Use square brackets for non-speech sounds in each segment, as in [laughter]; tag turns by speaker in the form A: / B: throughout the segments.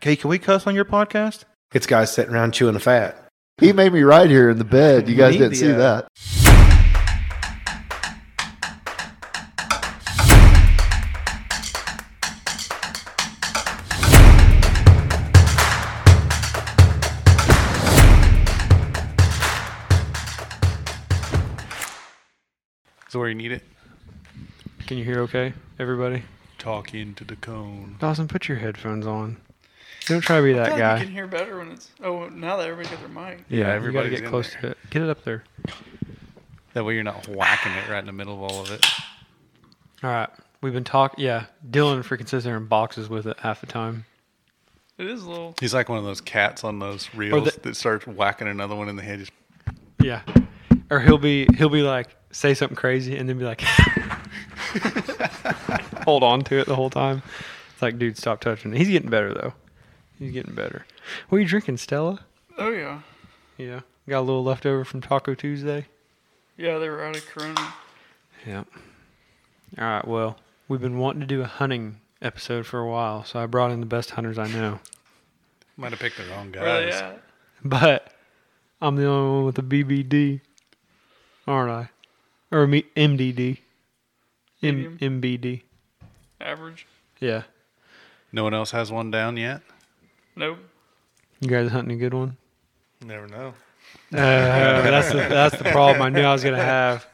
A: Hey, can we cuss on your podcast?
B: It's guys sitting around chewing fat.
C: He made me ride here in the bed. You guys didn't
B: Need the,
C: see
B: uh,
C: that.
D: Is where you need it.
E: Can you hear okay, everybody?
D: Talk into the cone.
E: Dawson, put your headphones on. Don't try to be that
F: You can
E: guy.
F: hear better when it's. Oh, now that everybody got their mic.
E: Yeah, you gotta
D: everybody's
E: get
D: in
E: close to it. Get it up there.
D: That way you're not whacking it right in the middle of all of it.
E: All right, we've been talking. Yeah, Dylan freaking sits there and boxes with it half the time.
F: It is a little.
D: He's like one of those cats on those reels
E: the-
D: that starts whacking another one in the head. Just,
E: Yeah, or he'll be he'll be like say something crazy and then be like [laughs] hold on to it the whole time. It's like, dude, stop touching. it. He's getting better though. He's getting better. What are you drinking, Stella?
F: Oh yeah,
E: Yeah, got a little left over from Taco Tuesday.
F: yeah. They were out of Corona.
E: Yep. All right. Well, we've been wanting to do a hunting episode for a while, so I brought in the best hunters I know.
D: might have picked the wrong guys.
F: Where they at?
E: But I'm the only one with a BBD, aren't I? Or me, MDD. M-
F: Medium.
E: MBD.
F: Average.
E: Yeah.
D: No one else has one down yet.
F: Nope.
E: You guys hunting a good one?
B: Never know.
E: Uh, that's the, that's the problem I knew I was gonna have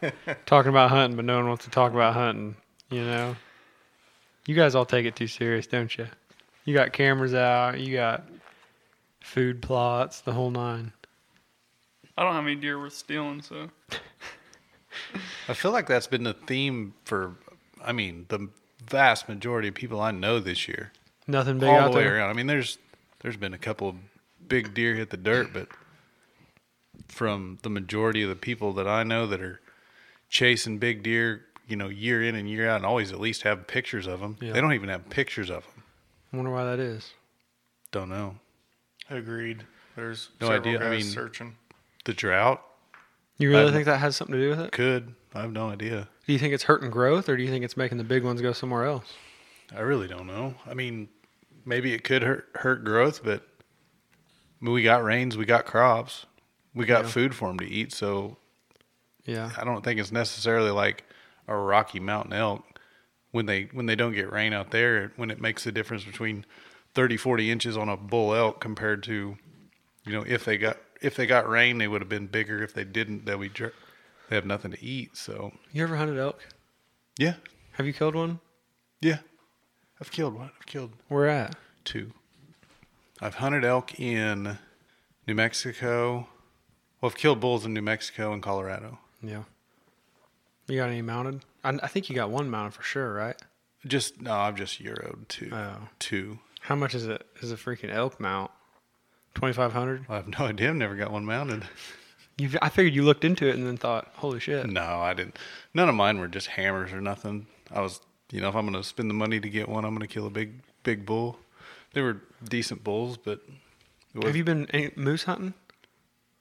E: talking about hunting, but no one wants to talk about hunting. You know, you guys all take it too serious, don't you? You got cameras out, you got food plots, the whole nine.
F: I don't have any deer worth stealing, so
D: I feel like that's been the theme for, I mean, the vast majority of people I know this year,
E: Nothing big
D: all
E: out
D: the way
E: there.
D: around. I mean, there's there's been a couple of big deer hit the dirt, but from the majority of the people that I know that are chasing big deer, you know, year in and year out, and always at least have pictures of them.
E: Yeah.
D: They don't even have pictures of them.
E: Wonder why that is.
D: Don't know
B: Agreed. There's
D: No
B: several
D: idea. I
B: guys
D: mean-
B: searching.
D: the drought
E: You really
D: I'm-
E: think that has something to do with it?
D: could. I have no idea.
E: Do you think it's hurting growth, or do you think it's making the big ones go somewhere else?
D: I really don't know. I mean, maybe it could hurt hurt growth, but I mean, we got rains, we got crops, we got
E: Yeah.
D: food for them to eat. So
E: Yeah.
D: I don't think it's necessarily like a Rocky Mountain elk when they when they don't get rain out there when it makes the difference between 30 40 inches on a bull elk compared to you know if they got if they got rain they would have been bigger if they didn't they would jer- they have nothing to eat so
E: You ever hunted elk?
D: yeah
E: Have you killed one?
D: yeah I've killed one I've killed
E: Where at?
D: two. I've hunted elk in New Mexico. Well, I've killed bulls in New Mexico and Colorado.
E: Yeah. You got any mounted? I, I think you got one mounted for sure, right?
D: Just no, I've just euroed two.
E: Oh.
D: Two.
E: How much is it? Is a freaking elk mount? Twenty five hundred.
D: I have no [laughs] idea. I've never got one mounted.
E: You, I figured you looked into it and then thought, "Holy shit!"
D: No, I didn't. None of mine were just hammers or nothing. I was, you know, if I'm gonna spend the money to get one, I'm gonna kill a big, big bull. They were decent bulls, but it was-
E: Have you been any- moose hunting?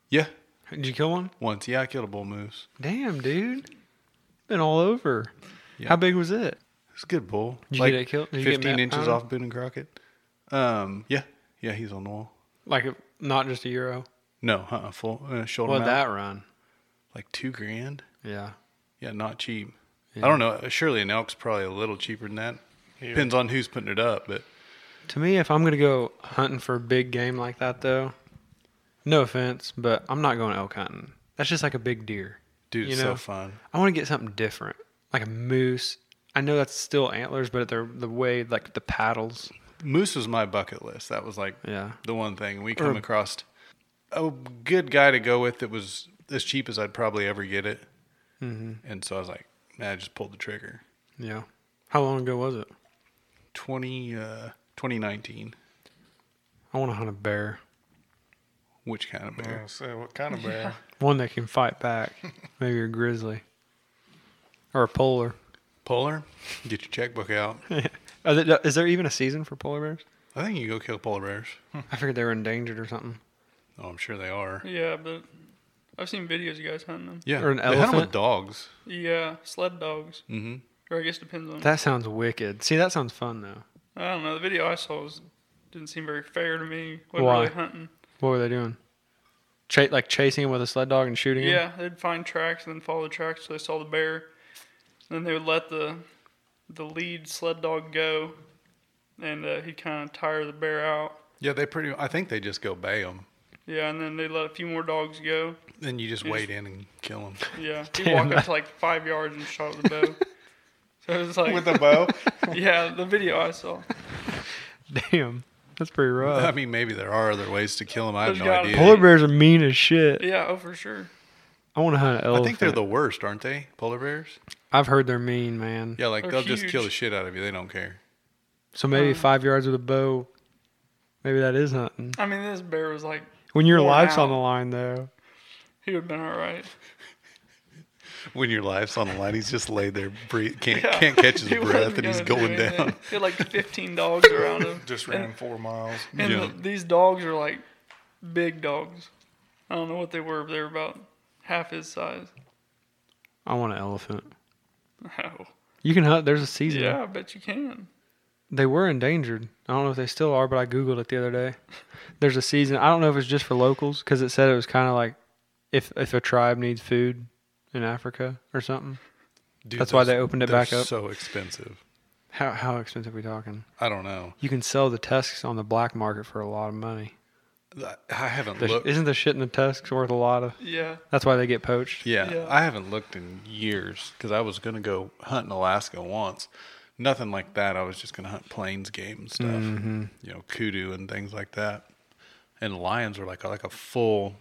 D: yeah,
E: Did you kill one?
D: once. Yeah, I killed a bull moose.
E: Damn, dude, been all over.
D: Yeah.
E: How big was it?
D: It's a good bull.
E: Did you
D: like
E: get it killed? Did you get
D: Fifteen
E: met-
D: inches
E: found?
D: off Boone and Crockett. Um, yeah, yeah, he's on the wall.
E: Like a- not just a euro.
D: No, uh, full uh, shoulder
E: What
D: mount,
E: that run?
D: like two grand.
E: Yeah.
D: Yeah, not cheap. I don't know. Surely an elk's probably a little cheaper than that. Depends on who's putting it up, but
E: To me, if I'm gonna go hunting for big game like that, though, no offense, but I'm not going elk hunting. That's just like a big deer.
D: dude,
E: You
D: it's
E: know.
D: so fun.
E: I want to get something different, like a moose. I know that's still antlers, but they're the way like the paddles.
D: Moose was my bucket list. That was like
E: Yeah.
D: the one thing we come across. A good guy to go with that was as cheap as I'd probably ever get it,
E: Mm-hmm.
D: and so I was like, man, I just pulled the trigger.
E: Yeah. How long ago was it?
D: 20, uh, 2019.
E: I want to hunt a bear,
D: Which kind of bear?
B: Yeah, so what kind of bear?
E: one that can
D: [laughs]
E: fight back. Maybe a grizzly or a polar.
D: Polar. Get your checkbook out.
E: Are there, is there even a season for polar bears?
D: I think you go kill polar bears.
E: I figured they were endangered or something.
D: Oh, I'm sure they are.
F: yeah. But I've seen videos of you guys hunting them.
D: Yeah,
E: Or an
D: they hunt 'em
E: elephant?
D: with dogs.
F: Yeah, sled dogs.
D: Mm-hmm.
F: Or I guess depends on.
E: That sounds wicked. See, that sounds fun though.
F: I don't know. The video I saw was Didn't seem very fair to me. Wasn't
E: Why?
F: really hunting.
E: What were they doing? Cha- like chasing him with a sled dog and shooting him?
F: Yeah, they'd find tracks and then follow the tracks till they saw the bear. Then they would let the the lead sled dog go, and uh, he'd kind of tire the bear out.
D: Yeah, they pretty. I think they just go bay them,
F: Yeah, and then they let a few more dogs go.
D: then you just
F: You
D: wade in and kill them.
B: [laughs]
F: Yeah, he'd
E: Damn,
F: walk up to like five yards and shot with a bow. so it was like,
B: With a bow?
F: [laughs] yeah, the video I saw.
E: [laughs] Damn. That's pretty rough.
D: [laughs] I mean, maybe there are other ways to kill them. I have
F: Uh, There's
D: no
F: gotta
D: idea.
F: be.
E: Polar bears are mean as shit.
F: Yeah, oh for sure.
E: I want to hunt an
D: I
E: elephant.
D: think they're the worst, aren't they? Polar bears.
E: I've heard they're mean, man.
D: Yeah, like
F: They're
D: they'll just kill the
F: huge.
D: shit out of you. They don't care.
E: So maybe
F: Um,
E: five yards with a bow. Maybe that is hunting.
F: I mean, this bear was like,
E: When your
F: Worn
E: life's on
F: out.
E: the line, though.
F: he would have been all right.
D: When your life's on the line, he's just laid there, breathe, can't
F: [laughs] Yeah.
D: can't catch his
F: He wasn't
D: breath, and he's
F: gonna
D: going
F: do
D: down.
F: anything. He had like 15 dogs around him.
B: [laughs] Just ran four miles.
F: And
D: Yeah.
F: the- these dogs are like big dogs. I don't know what they were, but they were about half his size. [laughs]
E: I want an elephant.
F: Oh.
E: You can hunt. There's a season.
F: Yeah, I bet you can.
E: They were endangered. I don't know if they still are, but I Googled it the other day. There's a season. I don't know if it's just for locals because it said it was kind of like if, if a tribe needs food in Africa or something.
D: Dude,
E: That's why
D: those-
E: they opened it
D: they're
E: back up.
D: So expensive.
E: How, how expensive are we talking?
D: I don't know.
E: You can sell the tusks on the black market for a lot of money.
D: I- I haven't
E: The-
D: looked.
E: isn't the shit in the tusks worth a lot of?
F: Yeah.
E: That's why they get poached.
D: Yeah,
F: Yeah.
D: I haven't looked in years because I was gonna go hunt in Alaska once. Nothing like that. I was just gonna hunt plains game stuff,
E: Mm-hmm.
D: you know, kudu and things like that. And lions were like like a full,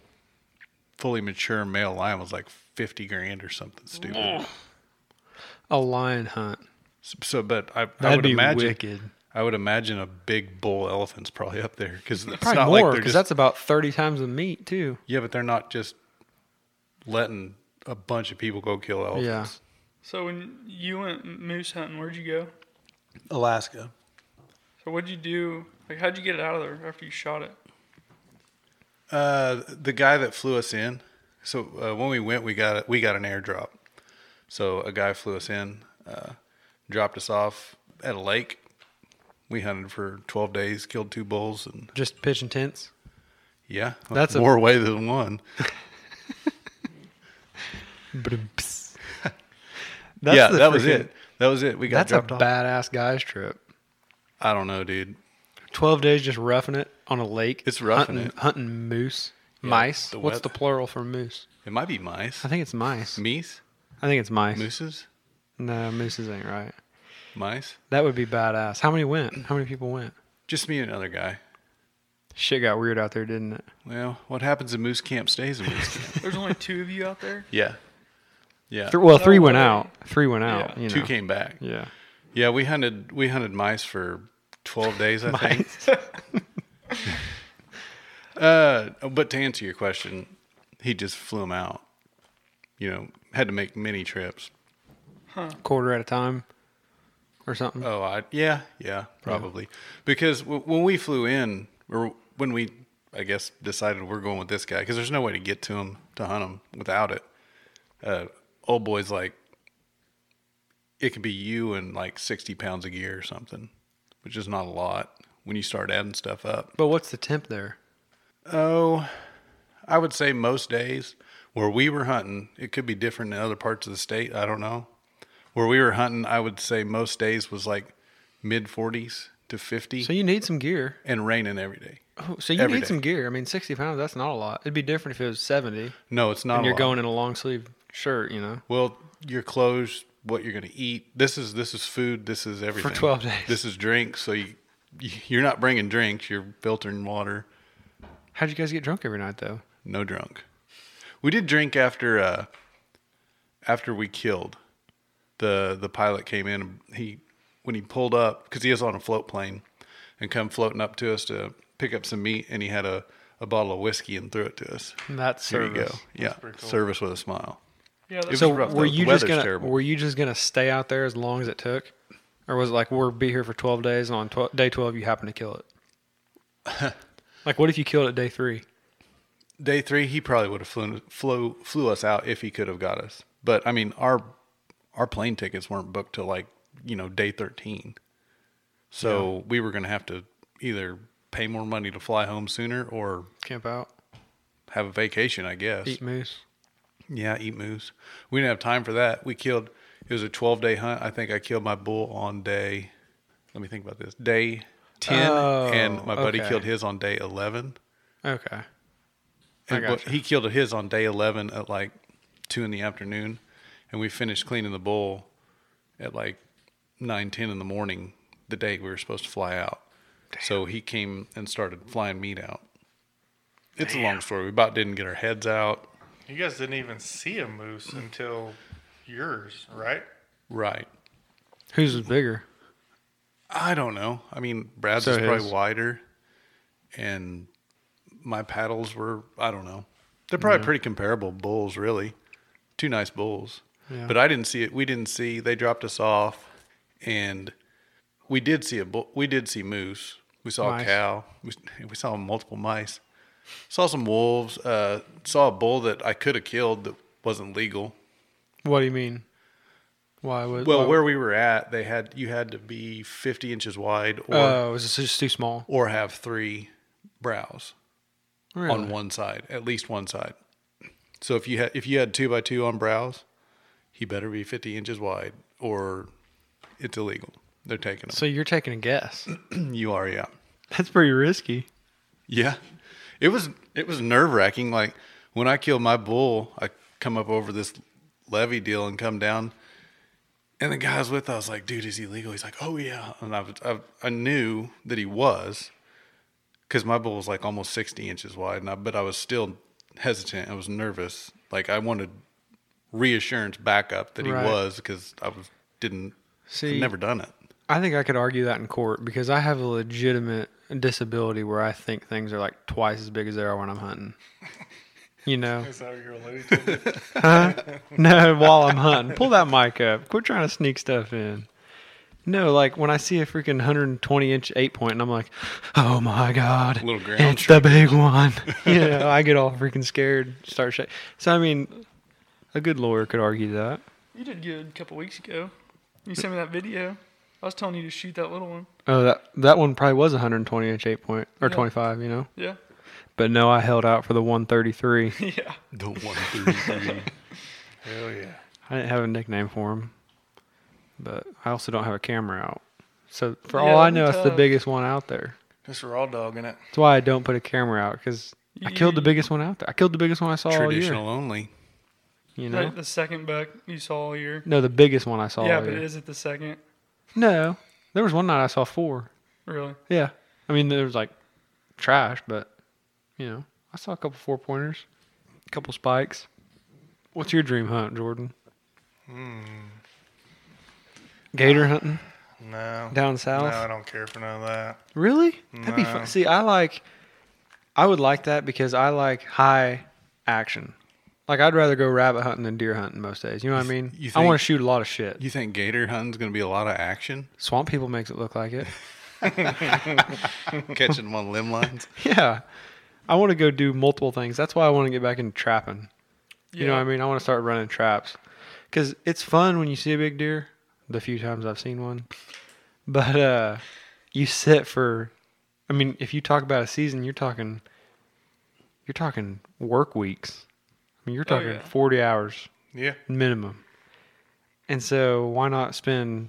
D: fully mature male lion was like fifty grand or something stupid.
E: A lion hunt.
D: So, but I, I
E: That'd
D: would
E: be
D: imagine
E: wicked.
D: I would imagine a big bull elephant's probably up there because it's
E: Probably
D: not
E: more
D: like they're
E: because
D: just
E: that's about thirty times the meat too.
D: yeah, but they're not just letting a bunch of people go kill elephants.
F: So when you went moose hunting, where'd you go?
D: Alaska.
F: So what'd you do? Like, how'd you get it out of there after you shot it?
D: Uh, the guy that flew us in. So uh, when we went, we got we got an airdrop. So a guy flew us in, uh, dropped us off at a lake. We hunted for twelve days, killed two bulls, and
E: Just pitching tents.
D: yeah,
E: That's a-
D: more way than one.
E: [laughs] That's
D: yeah,
E: the
D: that was
E: freaking-
D: it. That was it. We got
E: That's a
D: dropped off.
E: badass guys trip.
D: I don't know, dude.
E: Twelve days just roughing it on a lake.
D: It's roughing
E: hunting,
D: it.
E: hunting moose, mice.
D: the
E: What's
D: weath-
E: the plural for moose?
D: It might be mice,
E: I think it's mice.
D: meese,
E: I think it's mice.
D: mooses,
E: No, mooses ain't right.
D: mice.
E: That would be badass. How many went? How many people went?
D: Just me and another guy.
E: Shit got weird out there, didn't it?
D: Well, what happens in moose camp stays in moose
E: [laughs]
D: camp.
F: There's only two of you out
B: [laughs]
F: there.
D: yeah, yeah.
E: Th- well,
F: No
E: three went
F: way.
E: out. Three went out.
F: Yeah.
E: You know.
D: Two came back.
E: Yeah.
D: Yeah, we hunted we hunted mice for twelve days, I think. [laughs] uh, but to answer your question, he just flew them out. You know, had to make many trips.
E: quarter at a time or something.
D: Oh, I yeah yeah probably because w- when we flew in or when we I guess decided we're going with this guy because there's no way to get to him to hunt him without it. Uh, old boy's like, it could be you and like sixty pounds of gear or something, which is not a lot when you start adding stuff up.
E: But what's the temp there?
D: Oh, I would say most days where we were hunting, it could be different in other parts of the state. I don't know. Where we were hunting, I would say most days was like mid 40s to 50
E: So you need some gear.
D: and raining every day.
E: Oh, so you
D: Every
E: need
D: day.
E: some gear. I mean, 60 pounds, that's not a lot. It'd be different if it was 70
D: No, it's not.
E: and
D: a
E: you're
D: lot.
E: going in a long sleeve shirt, you know?
D: Well, your clothes, what you're going to eat. This is this is food. This is everything
E: 12 days.
D: This is drinks. So you you're not bringing drinks. You're filtering water.
E: How'd you guys get drunk every night, though?
D: No drunk. We did drink after uh after we killed. The the pilot came in and he when he pulled up cuz he was on a float plane and come floating up to us to pick up some meat and he had a a bottle of whiskey and threw it to us.
E: That's
D: Here you
E: service.
D: go. Yeah. Service with a smile.
F: Yeah,
D: It
F: that's
D: was
E: So
D: rough, though.
E: were
D: The
E: you just
D: weather's
E: gonna
D: terrible.
E: were you just gonna stay out there as long as it took, or was it like we're be here for twelve days and on 12, day twelve you happen to kill it?
D: [laughs]
E: like what if you killed it day three?
D: Day 3 he probably would have flew, flew flew us out if he could have got us. But I mean our our plane tickets weren't booked till like, you know, day 13. So we were going to have to either pay more money to fly home sooner or
E: Camp out,
D: have a vacation, I guess.
E: eat moose.
D: Yeah, eat moose. We didn't have time for that. We killed. It was a twelve day hunt. I think I killed my bull on day. Let me think about this. Day ten,
E: Oh,
D: and my buddy
E: okay.
D: killed his on day eleven.
E: Okay. I
D: And but
E: gotcha.
D: he killed his on day eleven at like two in the afternoon, and we finished cleaning the bull at like nine ten in the morning. The day we were supposed to fly out, so he came and started flying meat out. It's a long story. We about didn't get our heads out.
B: You guys didn't even see a moose until yours, right?
D: Right.
E: Whose is bigger?
D: I don't know. I mean, Brad's
E: So
D: is probably
E: his.
D: wider, and my paddles were, I don't know. They're probably pretty comparable bulls, really. Two nice bulls.
E: Yeah.
D: But I didn't see it. We didn't see. They dropped us off, and we did see a bull. We did see moose. We saw
E: Mice.
D: a cow. We, we saw multiple mice. Saw some wolves. Uh, saw a bull that I could have killed that wasn't legal.
E: What do you mean? Why was
D: Well,
E: why-
D: where we were at, they had you had to be fifty inches wide or
E: Oh, it was just- just too small.
D: or have three brows
E: Really?
D: on one side, at least one side. So if you had if you had two by two on brows, he better be fifty inches wide, or it's illegal. They're taking
E: So you're taking a guess.
D: them. you are, yeah,
E: That's pretty risky.
D: yeah. It was it was nerve wracking. Like when I killed my bull, I come up over this levee deal and come down, and the guy I was with, I was like, "Dude, is he legal?" He's like, "Oh yeah," and I I, I knew that he was. because my bull was like almost 60 inches wide and I, but i was still hesitant i was nervous like i wanted reassurance backup that he
E: Right.
D: was because i was didn't
E: See,
D: never done it
E: I think I could argue that in court because I have a legitimate disability where I think things are like twice as big as they are when I'm hunting. You
D: [laughs]
E: know, [laughs]
B: Is that what your lady told you?
E: no, while I'm hunting, pull that mic up. Quit trying to sneak stuff in. No, like when I see a freaking 120 inch eight point, and I'm like, oh my god,
D: Little ground
E: it's the
D: [laughs]
E: big one. [laughs] you know, I get all freaking scared, start shaking. So I mean, a good lawyer could argue that.
F: You did good a couple weeks ago. You sent me that video. I was telling you to shoot that little one.
E: Oh, that that one probably was 120 inch eight point or
F: Yeah.
E: 25, you know.
F: Yeah.
E: But no, I held out for the
F: [laughs]
E: 133.
F: Yeah.
D: don't want to
B: Hell yeah.
E: I didn't have a nickname for him, but I also don't have a camera out. So for
F: Yeah,
E: all I
F: that'd be
E: know, it's the
F: tough.
E: biggest one out there.
B: Just raw dog in it.
E: That's why I don't put a camera out because I killed the
F: You-
E: biggest one out there. I killed the biggest one I saw all
D: [laughs]
E: year.
D: traditional only
E: You know,
F: Like the second buck you saw all year.
E: no, the biggest one I saw.
F: yeah,
E: all
F: but
E: year.
F: is it the second?
E: no, there was one night I saw four.
F: Really?
E: Yeah, I mean there was like trash, but you know I saw a couple four pointers, a couple spikes. What's your dream hunt, Jordan?
B: Hmm,
E: Gator hunting
B: No.
E: down
B: No,
E: south.
B: I don't care for none of that.
E: Really? That'd be
B: No.
E: fun. See, I like, I would like that because I like high action. Like I'd rather go rabbit hunting than deer hunting most days. You know what I mean?
D: you
E: I want to
D: think-
E: shoot a lot of shit.
D: you think gator hunting's going to be a lot of action
E: Swamp people makes it
D: [laughs]
E: look like it.
D: catching them on limb
E: [laughs]
D: lines
E: yeah, I want to go do multiple things. That's why I want to get back into trapping. You know what I mean? I want to start running traps because it's fun when you see a big deer. The few times I've seen one, but uh, you sit for. I mean, if you talk about a season, you're talking. You're talking work weeks. I mean, you're
F: Oh,
E: talking
F: yeah.
E: forty hours
B: Yeah.
E: minimum. And so, why not spend,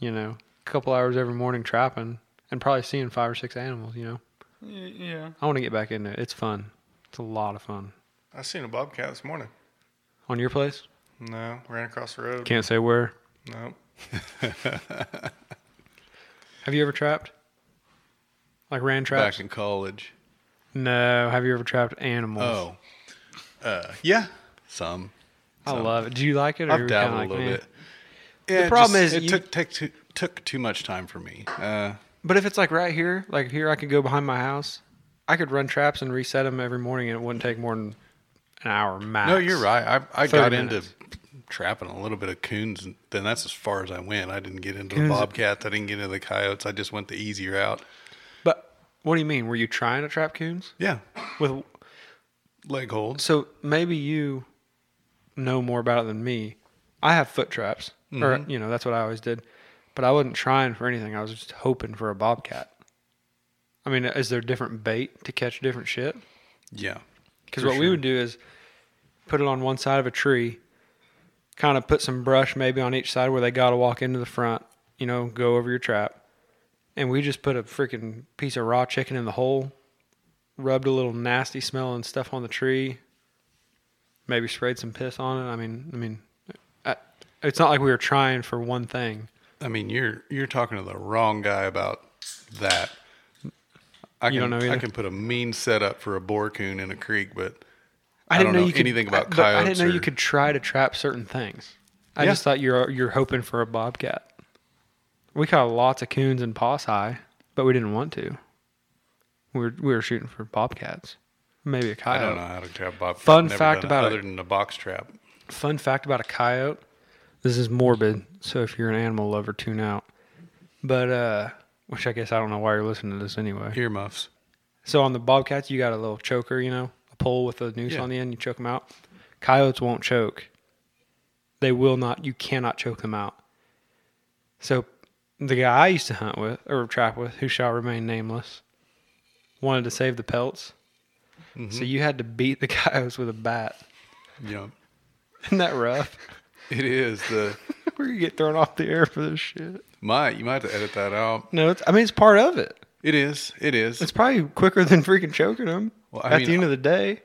E: you know, a couple hours every morning trapping and probably seeing five or six animals? You know,
F: Y- Yeah.
E: I want to get back into it. It's fun. It's a lot of fun.
B: I seen a bobcat this morning.
E: On your place?
B: No. Ran across the road.
E: Can't say where.
B: Nope.
E: Have you ever trapped? Like ran traps?
D: back in college
E: No. Have you ever trapped animals?
D: oh uh, yeah some
E: I love it. Do you like it? Or
D: I've
E: you
D: dabbled a little bit. Yeah, it
E: problem is
D: it
E: you-
D: took, took, too, took too much time for me. Uh,
E: But if it's like right here, like here, I could go behind my house. I could run traps and reset them every morning, and it wouldn't take more than an hour max.
D: No, you're right. I, I got
E: 30
D: into
E: minutes.
D: trapping a little bit of coons, and then that's as far as I went. I didn't get into the
E: Coons-
D: bobcats. I didn't get into the coyotes. I just went the easy route.
E: But what do you mean? Were you trying to trap coons?
D: Yeah,
E: With
D: leg holds.
E: so maybe you know more about it than me. I have foot traps, or you know, that's what I always did. But I wasn't trying for anything. I was just hoping for a bobcat. I mean, is there different bait to catch different shit?
D: Yeah.
E: Because
D: For
E: what we
D: sure.
E: would do is put it on one side of a tree, kind of put some brush maybe on each side where they got to walk into the front, you know, go over your trap. And we just put a freaking piece of raw chicken in the hole, rubbed a little nasty smelling stuff on the tree, maybe sprayed some piss on it. I mean, I mean, I, it's not like we were trying for one thing.
D: I mean, you're you're talking to the wrong guy about that. I can,
E: You don't know either?
D: I can put a mean setup for a boar coon in a creek, but I
E: didn't
D: don't know
E: you could-
D: anything about
E: I, but I
D: coyotes
E: didn't know you
D: or-
E: could try to trap certain things. I
D: Yeah.
E: just thought you're you're hoping for a bobcat. We caught lots of coons and paws high, but we didn't want to. We were we were shooting for bobcats, maybe a
D: I
E: coyote.
D: don't know how to trap bobcats.
E: Um, Fun
D: Never
E: fact
D: done
E: about
D: it,
E: it.
D: other than a box trap.
E: Fun fact about a coyote. This is morbid, so if you're an animal lover, tune out. But uh, which I guess I don't know why you're listening to this anyway.
D: Earmuffs.
E: So on the bobcats, you got a little choker, you know, a pole with a noose
D: Yeah.
E: on the end. You choke them out. Coyotes won't choke. They will not. You cannot choke them out. So the guy I used to hunt with or trap with, who shall remain nameless, wanted to save the pelts. So you had to beat the [laughs] coyotes with a bat.
D: You know,
E: Isn't that [laughs] rough?
D: it is the
E: We're gonna get thrown off the air for this shit.
D: might you might have to edit that out.
E: No, it's, I mean it's part of it.
D: It is. It is.
E: It's probably quicker than freaking choking them.
D: Well, I
E: at
D: mean,
E: the end of the day,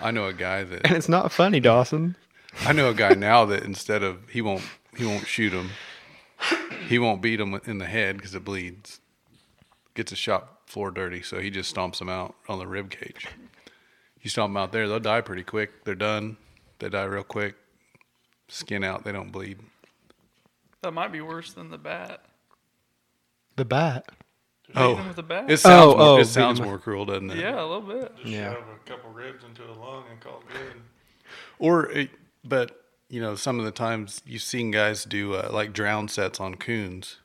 D: I know a guy that
E: and it's not funny, Dawson.
D: I know a guy now that instead of he won't he won't shoot him, he won't beat him in the head because it bleeds. Gets a shop floor dirty, so he just stomps him out on the rib cage. You stomp them out there, they'll die pretty quick. They're done. They die real quick. Skin out, they don't bleed.
F: That might be worse than the bat.
E: The bat.
F: Beating them with a bat?
D: it sounds
E: Oh,
D: more,
E: oh,
D: it sounds
E: beat 'em.
D: more cruel, doesn't it?
F: yeah, a little bit.
B: Just
E: Yeah.
B: shove a couple ribs into a lung and call it good.
D: Or, it, but you know, some of the times you've seen guys do uh, like drown sets on coons.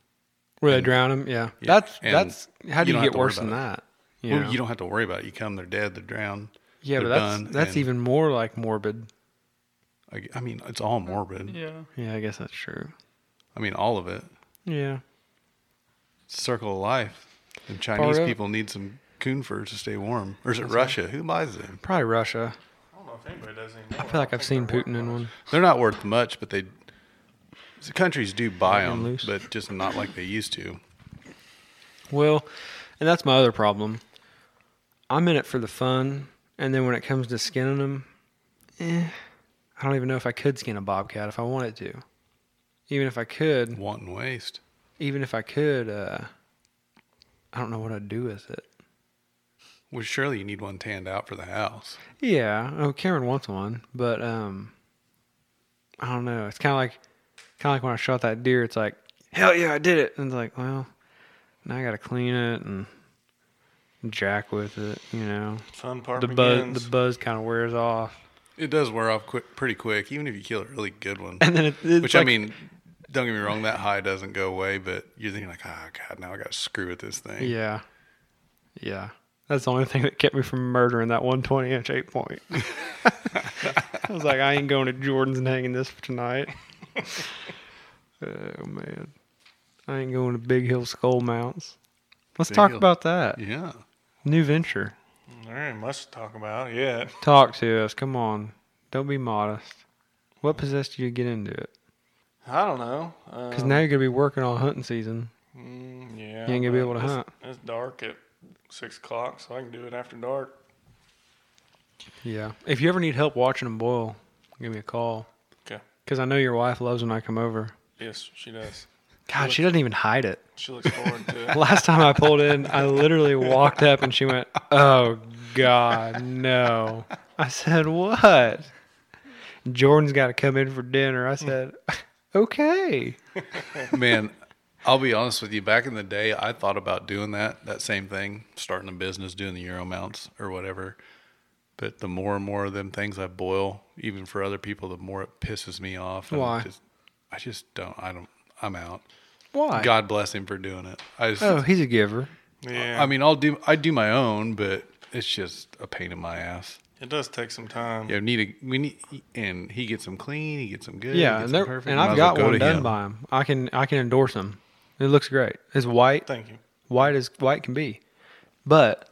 E: Where they drown him? Yeah.
D: Yeah,
E: That's
D: and
E: that's how do
D: you
E: you,
D: don't have
E: get
D: to worry
E: worse than that? You
D: Well,
E: know?
D: you don't have to worry about it. You come, they're dead, they're drowned.
E: yeah, but
D: they're
E: that's
D: done,
E: that's
D: and-
E: even more like morbid.
D: I, I mean, it's all morbid.
F: Yeah.
E: Yeah, I guess that's true.
D: I mean, all of it.
E: Yeah.
D: circle of life. And
E: Part
D: Chinese
E: of it.
D: people need some coon fur to stay warm. Or is it Russia? Who buys them?
E: Probably Russia.
B: I don't know if anybody does anymore.
E: I feel like I've seen Putin in one.
D: They're not worth much, but they the countries do buy
E: Like them
D: them,
E: loose?
D: but just not like they used to.
E: Well, and that's my other problem. I'm in it for the fun, and then when it comes to skinning them, eh, I don't even know if I could skin a bobcat if I wanted to. Even if I could,
D: Want and waste.
E: even if I could, uh, I don't know what I'd do with it.
D: Well, surely you need one tanned out for the house.
E: Yeah. Oh, Cameron wants one, but um, I don't know. It's kind of like, kind of like when I shot that deer. It's like, hell yeah, I did it. And it's like, well, now I got to clean it and jack with it. You know,
B: Fun part
E: the buzz,
B: begins.
E: the buzz kind of wears off, [laughs]
D: It does wear off quick, pretty quick, even if you kill a really good one.
E: [laughs] and then it, it's
D: Which I
E: like-
D: mean, don't get me wrong, that high doesn't go away, but you're thinking like, ah, God, now I got to screw with this thing.
E: yeah, yeah. That's the only thing that kept me from murdering that 120 inch eight point. [laughs] I was like, I ain't going to Jordan's and hanging this
D: [laughs]
E: for tonight. oh man, I ain't going to Big Hill Skull Mounts. Let's
D: Big
E: talk
D: Hill.
E: about that
D: Yeah.
E: new venture.
B: There ain't much to talk about yet.
E: Talk to us. Come on, don't be modest. What possessed you to get into it?
B: I don't know. Uh,
E: Because now you're gonna be working all hunting season.
B: Mm, yeah.
E: You ain't gonna be
B: but
E: able to
B: it's-
E: hunt.
B: It's dark at six o'clock, so I can do it after dark.
E: Yeah. If you ever need help watching them boil, give me a call.
B: 'Kay.
E: Because I know your wife loves when I come over.
B: Yes, she does.
E: God, she doesn't even hide it.
B: She looks forward
E: [laughs]
B: to it.
E: Last time I pulled in, I literally walked up and she went, Oh, God, no. I said, What? Jordan's got to come in for dinner. I said, Okay.
D: Man, I'll be honest with you. Back in the day, I thought about doing that, that same thing, starting a business, doing the Euro mounts or whatever. But the more and more of them things I boil, even for other people, the more it pisses me off. And
E: Why?
D: Just, I just don't. I don't. I'm out.
E: Why?
D: God bless him for doing it. I just,
E: Oh, he's a giver.
B: Yeah.
D: I mean, I'll do. I do my own, but it's just a pain in my ass.
B: it does take some time.
D: Yeah, we need a, we need, and he gets them clean. He gets them good. he
E: Yeah,
D: gets
E: and,
D: 'em
E: they're-
D: perfect.
E: and
D: Might
E: I've
D: as well
E: got
D: go
E: one
D: to
E: done
D: him. [laughs]
E: by him. I can I can endorse him. It looks great. It's white,
B: Thank you.
E: white as white can be. But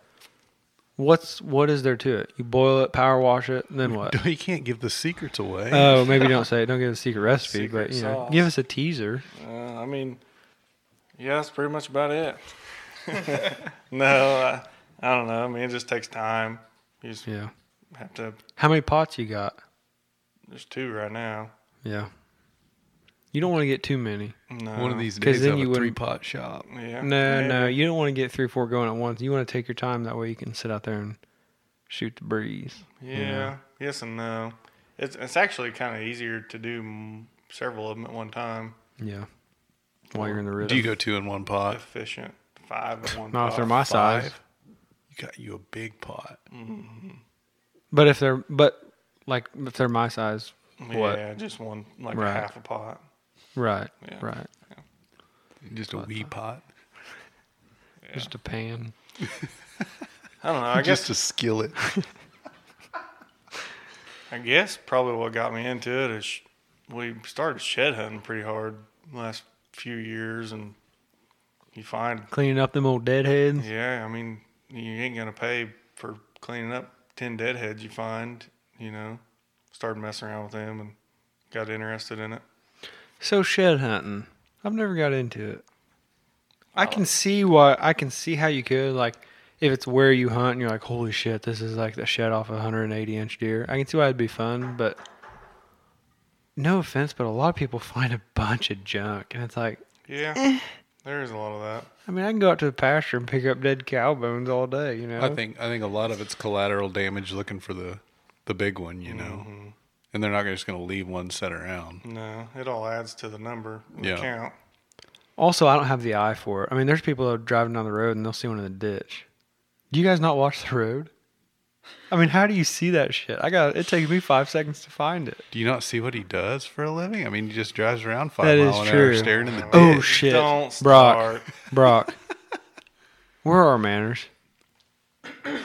E: what's what is there to it? You boil it, power wash it, and then what?
D: You can't give the secrets away.
E: oh, maybe don't say it. Don't give a secret recipe,
B: Secret
E: but you know,
B: sauce.
E: give us a teaser.
B: Uh, I mean, yeah, that's pretty much about it. [laughs] no, I, I don't know. I mean, it just takes time. You just
E: Yeah.
B: have to.
E: How many pots you got?
B: There's two right now.
E: Yeah. You don't want to get too many.
B: No.
D: One of these
E: uh, 'Cause
D: days,
E: then
D: I have
E: you
D: a
E: wouldn't-
D: three pot shop.
B: Yeah.
E: No,
B: maybe.
E: no, you don't want to get three or four going at once. You want to take your time. That way you can sit out there and shoot the breeze.
B: Yeah. Yes and no. It's it's actually kind of easier to do m- several of them at one time.
E: Yeah. While you're in the rhythm.
D: Do you go two in one pot?
B: Efficient. Five at one.
E: Not if
B: pot.
E: they're my size.
D: five. You got you a big pot.
E: But if they're, but like if they're my size, what?
B: Yeah, just one like
E: Right.
B: a half a pot.
E: right,
B: Yeah.
E: right.
D: Just a wee pot.
E: Just a pan.
B: I don't know. I
D: just
B: guess
D: a skillet.
B: I guess probably what got me into it is sh- we started shed hunting pretty hard last few years, and you find
E: Cleaning up them old deadheads.
B: yeah, I mean you ain't gonna pay for cleaning up ten deadheads you find, you know. Started messing around with them and got interested in it.
E: So shed hunting. I've never got into it. I can see why I can see how you could like if it's where you hunt and you're like, holy shit, this is like the shed off a 180 inch deer. I can see why it'd be fun, but no offense, but a lot of people [laughs] find a bunch of junk, and it's like, Eh.
B: Yeah, there is a lot of that.
E: I mean, I can go out to the pasture and pick up dead cow bones all day, you know.
D: I think I think a lot of it's collateral damage looking for the the big one, you know.
E: Mm-hmm.
D: And they're not just going to leave one set around.
B: No, it all adds to the number, and the
D: Yeah.
B: count.
E: Also, I don't have the eye for it. I mean, there's people that are driving down the road and they'll see one in the ditch. Do you guys not watch the road? I mean, how do you see that shit? I got it takes me five seconds to find it.
D: Do you not see what he does for a living? I mean, he just drives around five
E: That is
D: mile an hour
E: true.
D: staring in the
E: Oh
D: ditch.
E: shit,
B: Uh, Don't
E: Brock,
B: start. [laughs]
E: Brock, where are our manners?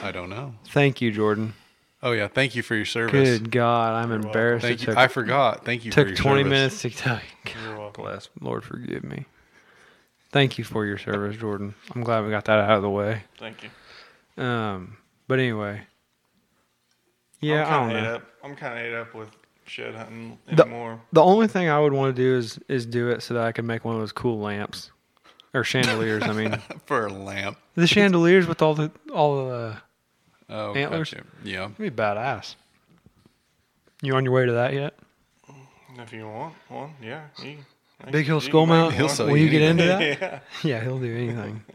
D: I don't know.
E: Thank you, Jordan.
D: Oh yeah, thank you for your service.
E: Good God, I'm embarrassed.
D: Thank you.
E: it took,
D: I forgot. Thank you. for
E: took
D: your
E: 20
D: service.
E: minutes to tell you.
B: You're welcome.
E: Bless, Lord, forgive me. Thank you for your service, Jordan. I'm glad we got that out of the way.
B: Thank you.
E: Um, but anyway, yeah, I don't
B: I'm kind of ate
E: know.
B: up. I'm kind of ate up with shed hunting
E: The-
B: anymore.
E: The only thing I would want to do is is do it so that I can make one of those cool lamps or chandeliers. I mean,
D: [laughs] for a lamp.
E: [laughs] the chandeliers with all the all the
D: Oh,
E: Antlers?
D: gotcha. Yeah.
E: it'd be badass. You on your way to that yet?
B: If you want one, yeah. You, I
E: Big
B: can-
E: Hill
B: you
E: Skull
B: can make
E: Mount.
D: He'll sell
E: Will
D: you
E: you get into
D: anything.
E: that?
B: yeah,
E: Yeah, he'll do anything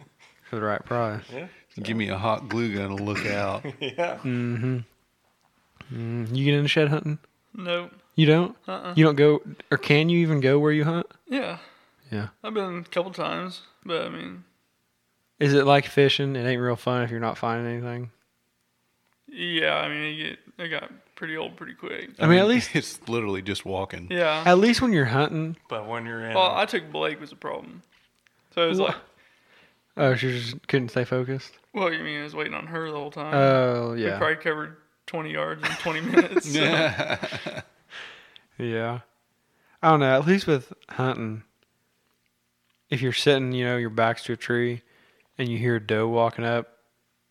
E: for the right price.
B: yeah,
D: Give me a hot glue gun to look out.
B: yeah.
E: Mm-hmm. Mm, you get into shed hunting?
F: Nope.
E: You don't?
F: Uh-uh.
E: You don't go, or can you even go where you hunt?
F: Yeah.
E: Yeah.
F: I've been a couple times, but I mean,
E: Is it like fishing? It ain't real fun if you're not finding anything.
F: yeah, I mean, it, get, it got pretty old pretty quick.
E: [laughs] I mean, at least-
D: [laughs] it's literally just walking.
F: Yeah.
E: At least when you're hunting,
B: But when you're in,
F: Well, I took Blake was a problem. So it was
E: Wha-
F: like,
E: oh, she just couldn't stay focused.
F: well, you mean I was waiting on her the whole time?
E: Oh,
F: We
E: yeah,
F: probably covered 20 yards in
E: [laughs]
F: 20 minutes. so-
E: yeah. I don't know. At least with hunting, if you're sitting, you know, your back's to a tree, and you hear a doe walking up,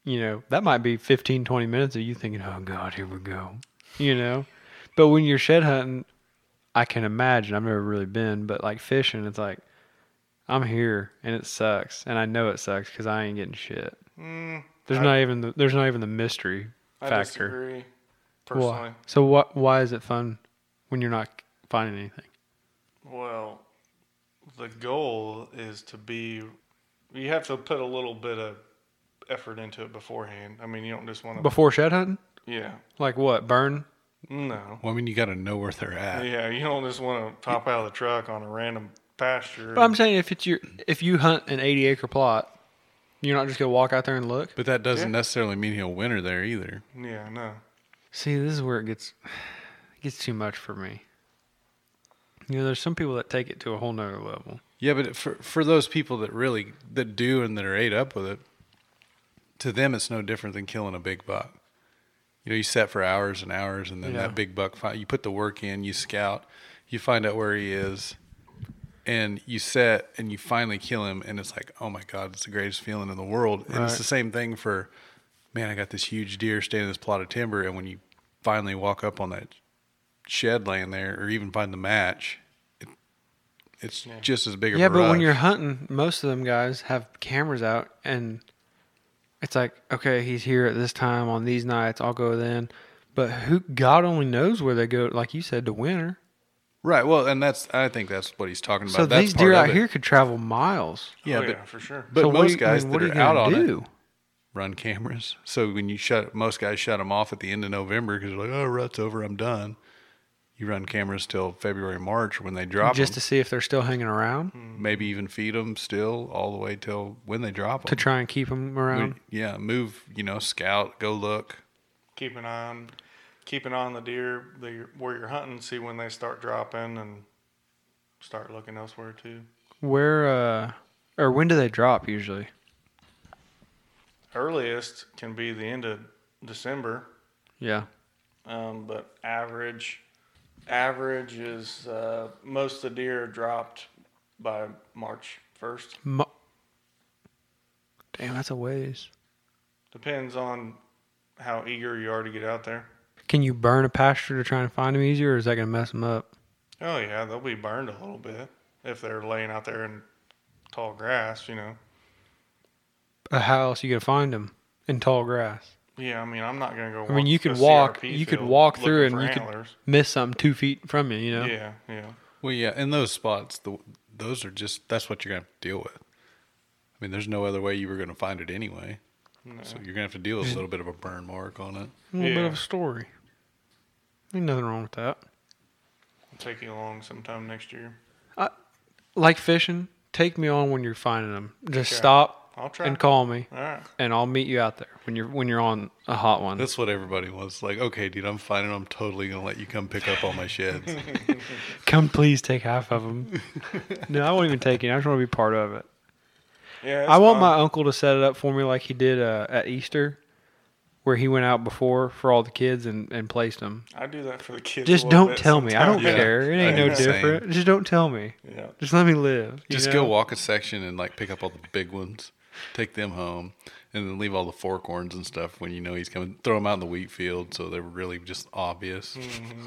E: you know, that might be 15, 20 minutes of you thinking, "Oh God, here we go," you know. But when you're shed hunting, I can imagine. I've never really been, but like fishing, it's like I'm here, and it sucks, and I know it sucks because I ain't getting shit.
B: mm,
E: There's
B: I-
E: not even the, there's not even the mystery
B: I
E: factor.
B: disagree
E: Why-
B: personally.
E: So what? Why is it fun when you're not finding anything?
B: Well, the goal is to be. You have to put a little bit of effort into it beforehand. I mean, you don't just want to.
E: Before shed hunting,
B: Yeah,
E: like what? Burn?
B: no.
D: [laughs] Well, I mean, you got to know where they're at.
B: Yeah, you don't just want to pop out of the truck on a random pasture.
E: But I'm saying if it's your if you hunt an 80 acre plot, you're not just gonna walk out there and look.
D: But that doesn't
B: Yeah.
D: necessarily mean he'll winter there either.
B: yeah, no.
E: See, this is where it gets it gets too much for me. You know, there's some people that take it to a whole nother level.
D: Yeah, but for for those people that really that do and that are ate up with it, to them it's no different than killing a big buck. You know, you set for hours and hours, and then
E: Yeah.
D: that big buck. Fi- you put the work in, you scout, you find out where he is, and you set and you finally kill him and it's like oh my god it's the greatest feeling in the world and it's the same thing for man i got this huge deer standing in this plot of timber and when you finally walk up on that shed laying there or even find the match it, it's just as big a
E: Yeah, but when
D: barrage.
E: you're hunting, most of them guys have cameras out, and it's like, okay, he's here at this time on these nights. I'll go then. But who God only knows where they go. Like you said, to winter.
D: right well and that's i think that's what he's talking about
E: So
D: that's
E: these deer
D: part of it.
E: out here could travel miles.
D: yeah
B: Oh,
D: but,
B: for sure.
D: but
E: so what do
D: most
E: you- I
D: guys
E: mean,
D: that
E: what
D: are,
E: you
D: out on
E: gonna
D: it
E: do?
D: run cameras. So when you shut, most guys shut them off at the end of November because they're like, "Oh, rut's over, I'm done." You run cameras till February, March when they drop
E: just
D: 'em. Hmm.
E: to see if they're still hanging around
D: Maybe even feed them still all the way till when they drop
E: to
D: them.
E: try and keep them around.
D: yeah, move. You know, scout, go look.
B: Keep an eye on, keep an eye on the deer that you're, where you're hunting. See when they start dropping and start looking elsewhere too.
E: Where uh, or when do they drop usually?
B: Earliest can be the end of December,
E: Yeah,
B: um, but average, average is uh, most of the deer are dropped by March first.
E: Mo- damn, that's a ways.
B: Depends on how eager you are to get out there.
E: Can you burn a pasture to try and find them easier, or is that gonna mess them up?
B: Oh yeah, they'll be burned a little bit if they're laying out there in tall grass, you know.
E: Uh, How else you gonna find them in tall grass?
B: Yeah, I mean, I'm not gonna go.
E: I mean,
B: walk
E: you
B: the
E: could walk-
B: CRP
E: you could
B: field
E: walk through
B: looking
E: and
B: for
E: you could-
B: antlers.
E: Miss something two feet from you, you know.
B: Yeah, yeah.
D: Well, yeah, and those spots, the, those are just that's what you're gonna have to deal with. I mean, there's no other way you were gonna find it anyway. So you're gonna have to deal with a little bit of a burn mark on it.
E: A little bit
B: Yeah.
E: of a story. Ain't nothing wrong with that.
B: I'll take you along sometime next year.
E: Like fishing, take me on when you're finding them. Just
B: Okay.
E: stop
B: I'll try.
E: and call me,
B: All right.
E: and I'll meet you out there when you're when you're on a hot one.
D: That's what everybody wants. Like, okay, dude, I'm fine, and I'm totally gonna let you come pick up all my sheds.
E: Come, please take half of them. no, I won't even take it. I just want to be part of it.
B: Yeah.
E: I
B: it's
E: want my
B: fine.
E: uncle to set it up for me like he did uh, at Easter, where he went out before for all the kids and, and placed them.
B: I do that for the kids. a
E: Just
B: little
E: don't
B: bit
E: tell me. I don't
B: sometimes.
D: Yeah.
E: care. It ain't
D: I
E: no
D: do the same.
E: different. Just don't tell me.
B: Yeah.
E: Just let me live. you
D: Just
E: know?
D: go walk a section and like pick up all the big ones, take them home, and then leave all the forkhorns and stuff when you know he's coming. Throw them out in the wheat field so they're really just obvious.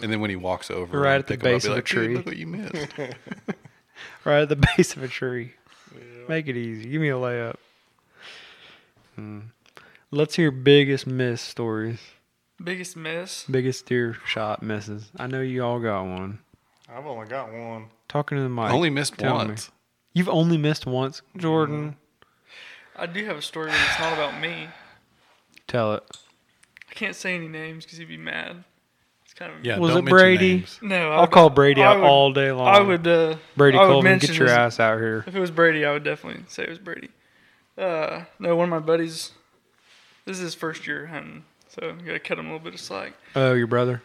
D: And then when he walks over,
E: Right
D: and
E: at the
D: pick 'em up,
E: base
D: be
E: of a
D: like, "Dude,
E: tree."
D: Look what you missed.
E: [laughs] right at the [laughs] base of a tree. Make it easy. Give me a layup. Hmm. Let's hear biggest miss stories.
F: Biggest miss.
E: Biggest deer shot misses. I know you all got one.
B: I've only got one.
E: Talking to the mic.
D: I Only missed
E: tell me.
D: once.
E: You've only missed once,
F: Mm-hmm.
E: Jordan.
F: I do have a story, but it's not about me.
E: Tell it.
F: I can't say any names because he'd be mad. It's kind of
D: Yeah,
E: Was
D: don't
E: it
D: mention
E: Brady?
D: names.
F: No, I
E: I'll
F: would-
E: call Brady
F: I
E: out
F: would-
E: all day long.
F: I would. Uh,
E: Brady
F: I would
E: Colvin,
F: mention
E: get your
F: his-
E: ass out here.
F: If it was Brady, I would definitely say it was Brady. Uh, no, one of my buddies. This is his first year hunting, so you gotta cut him a little bit of slack.
E: Oh, your brother.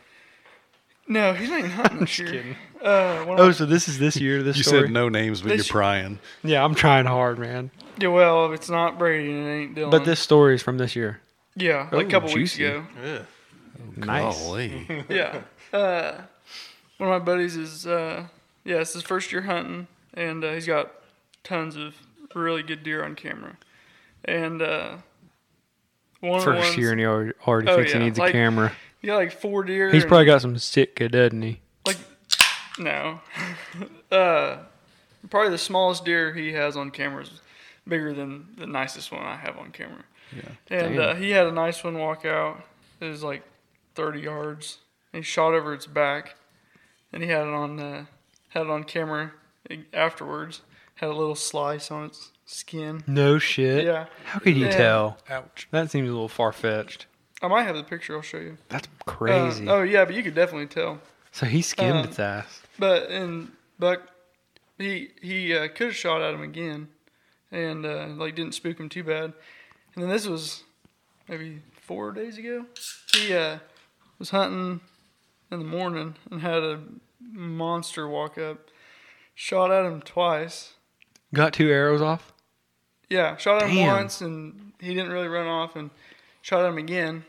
F: No,
E: [laughs]
F: he's not even hunting this year.
E: kidding.
F: Uh, one of
E: Oh,
F: my-
E: so this is this year. This
D: You
E: story.
D: said no names, but
F: They
D: you're
F: sh-
D: prying.
E: Yeah, I'm trying hard, man.
F: yeah, well, it's not Brady and it ain't Dylan.
E: But this story is from this year.
F: yeah, like
E: Oh,
F: a couple
E: juicy.
F: weeks ago.
B: Yeah.
D: [laughs]
E: Nice.
D: Golly.
F: yeah. [laughs] Uh, one of my buddies is, uh, yeah, it's his first year hunting, and uh, he's got tons of really good deer on camera. And uh, one of the
E: First
F: ones,
E: year, and he already, already
F: Oh,
E: thinks he
F: yeah,
E: needs a
F: like-
E: camera.
F: he got like four deer.
E: He's
F: and-
E: probably got some sick kid, doesn't he?
F: like no, [laughs] uh, probably the smallest deer he has on camera is bigger than the nicest one I have on camera. Yeah, and
E: Damn.
F: uh, he had a nice one walk out. It was like thirty yards. And he shot over its back, and he had it on uh, had it on camera e, afterwards. Had a little slice on its skin.
E: No shit.
F: Yeah,
E: How could you
F: Yeah.
E: tell?
D: Ouch.
E: That seems a little far fetched.
F: I might have the picture. I'll show you.
E: That's
F: Uh,
E: crazy.
F: oh yeah, but you could definitely tell.
E: so he skimmed
F: um,
E: its ass.
F: But and Buck, he he uh, could have shot at him again, and uh, like didn't spook him too bad. And then this was maybe four days ago. He uh, was hunting in the morning and had a monster walk up, shot at him twice.
E: Got two arrows off.
F: Yeah, shot at him
E: Damn.
F: once and he didn't really run off and shot at him again,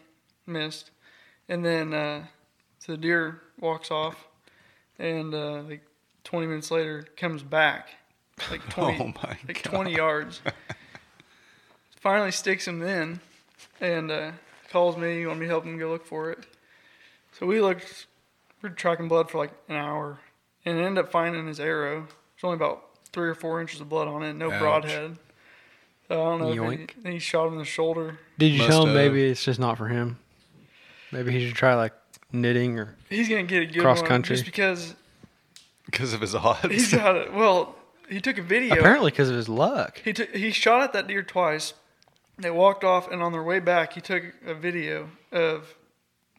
F: missed. And then uh, the deer walks off and uh, like 20 minutes later, comes back
D: [laughs]
F: like 20,
D: Oh my
F: like
D: God. [laughs]
F: 20 yards. Finally sticks him then and uh, calls me, want me to help him go look for it. So we looked, we we're tracking blood for like an hour and ended up finding his arrow. There's only about three or four inches of blood on it, no
D: Ouch.
F: broadhead. So I don't know if
E: Yoink.
F: he, he shot him in the shoulder.
E: Did you
D: Must
E: tell him
D: have.
E: maybe it's just not for him? Maybe he should try like knitting or
F: He's gonna get a good
E: Cross
F: one
E: country.
F: just because
D: because of his odds.
F: he's got it. Well, he took a video.
E: apparently because of his luck.
F: He took he shot at that deer twice. They walked off, and on their way back, he took a video of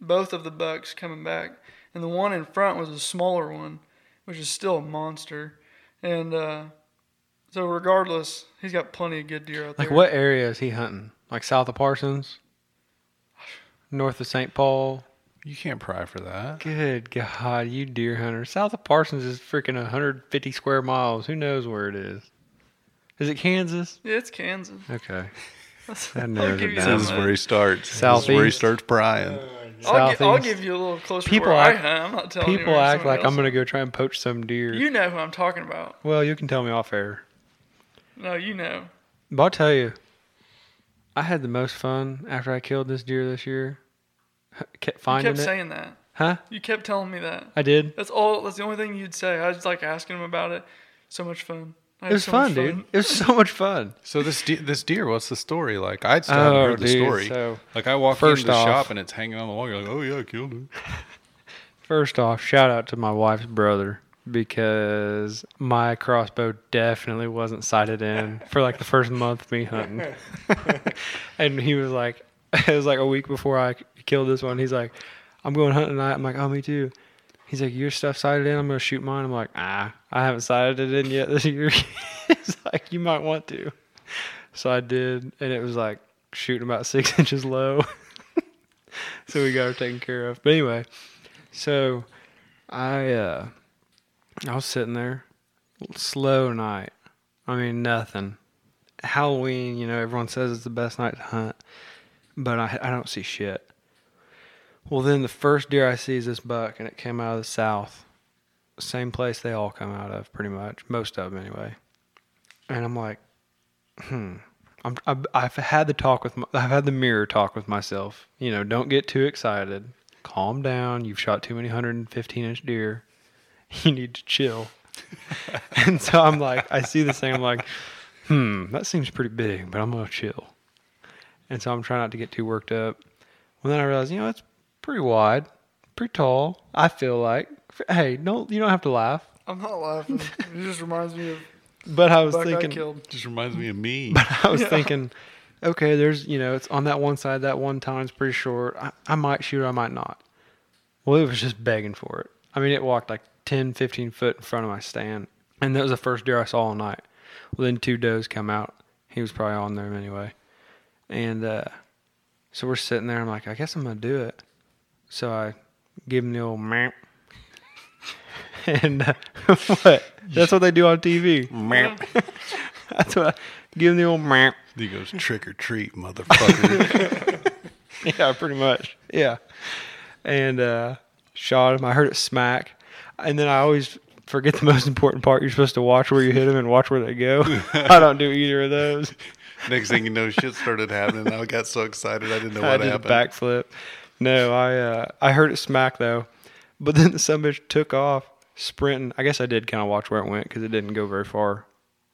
F: both of the bucks coming back, and the one in front was a smaller one, which is still a monster. And uh, so, regardless, he's got plenty of good deer out
E: Like
F: there.
E: what area is he hunting? Like south of Parsons, north of St. Paul.
D: you can't pry for that.
E: Good God, you deer hunter! South of Parsons is freaking 150 square miles. Who knows where it is? Is it Kansas?
F: Yeah,
E: [laughs]
F: it's Kansas. [laughs]
E: Okay.
F: I'll
E: That narrows
F: give
E: it
F: you
E: down.
F: that
D: This is
F: much.
D: where he starts. This is where he
E: Southeast.
D: starts prying.
F: I'll, gi- I'll
E: Southeast.
F: give you a little closer.
E: People
F: where
E: act-
F: I hunt. I'm not telling you
E: People
F: where
E: act
F: someone
E: like I'm
F: else-
E: gonna go try and poach some deer.
F: You know who I'm talking about.
E: well, you can tell me off air.
F: No, you know.
E: But I'll tell you, I had the most fun after I killed this deer this year. [laughs] Kept
F: You
E: finding
F: kept
E: it,
F: saying that.
E: huh?
F: You kept telling me that.
E: I did.
F: That's all. That's the only thing you'd say. I was like asking him about it. So much fun.
E: It
F: I had
E: was
F: so
E: fun,
F: much
E: dude. It was so much fun.
D: So this de- this deer, what's the story? Like I still
E: Oh,
D: haven't heard the
E: dude,
D: story.
E: so-
D: like I walk
E: First
D: into the
E: off-
D: shop and it's hanging on the wall. You're like, oh yeah, I killed it.
E: First off, shout out to my wife's brother because my crossbow definitely wasn't sighted in for like the first month of me hunting. [laughs] and he was like, [laughs] it was like a week before I killed this one. He's like, I'm going hunting tonight. I'm like, oh, me too. He's like, your stuff sighted in. I'm gonna shoot mine. I'm like, ah, I haven't sighted it in yet this [laughs] year. He's like, you might want to. So I did, and it was like shooting about [laughs] six inches low. so we got her taken care of. But anyway, so I uh, I was sitting there, slow night. I mean nothing. Halloween, you know, everyone says it's the best night to hunt, but I I don't see shit. Well, then the first deer I see is this buck, and it came out of the south, same place they all come out of, pretty much most of them anyway. And I'm like, hmm. I'm, I've, I've had the talk with my, [laughs] I've had the mirror talk with myself. You know, don't get too excited. Calm down. You've shot too many 115 inch deer. [laughs] You need to chill. [laughs] and so I'm like, I see this thing. I'm like, hmm, that seems pretty big, but I'm gonna chill. And so I'm trying not to get too worked up. Well, then I realize, you know, it's pretty wide, pretty tall. I feel like, hey, don't you don't have to laugh.
F: I'm not laughing.
E: [laughs]
F: It just reminds me of
E: But I was
F: buck I
E: thinking,
F: killed. [laughs]
D: Just reminds me of [laughs] me.
E: [laughs] I was thinking, okay, there's you know, it's on that one side. That one time's pretty short. I, I might shoot, I might not. Well, it was just begging for it. I mean, it walked like 10, 15 foot in front of my stand, and that was the first deer I saw all night. Well, then two does come out. He was probably on them anyway, and uh, so we're sitting there. I'm like, I guess I'm gonna do it. So I give him the old map. [laughs] And uh, [laughs] what? That's what they do on TV. That's what I give him the old map.
D: he goes trick or treat, [laughs] motherfucker.
E: [laughs] yeah, pretty much. Yeah. And uh, shot him. I heard it smack. And then I always forget the most important part. You're supposed to watch where you hit them and watch where they go. I don't do either of those.
D: Next thing you know, shit started happening. and I got so excited, [laughs] I didn't know
E: I
D: what
E: did
D: happened.
E: a backflip. No, I uh, I heard it smack though, but then [laughs] the son bitch took off sprinting. I guess I did kind of watch where it went because it didn't go very far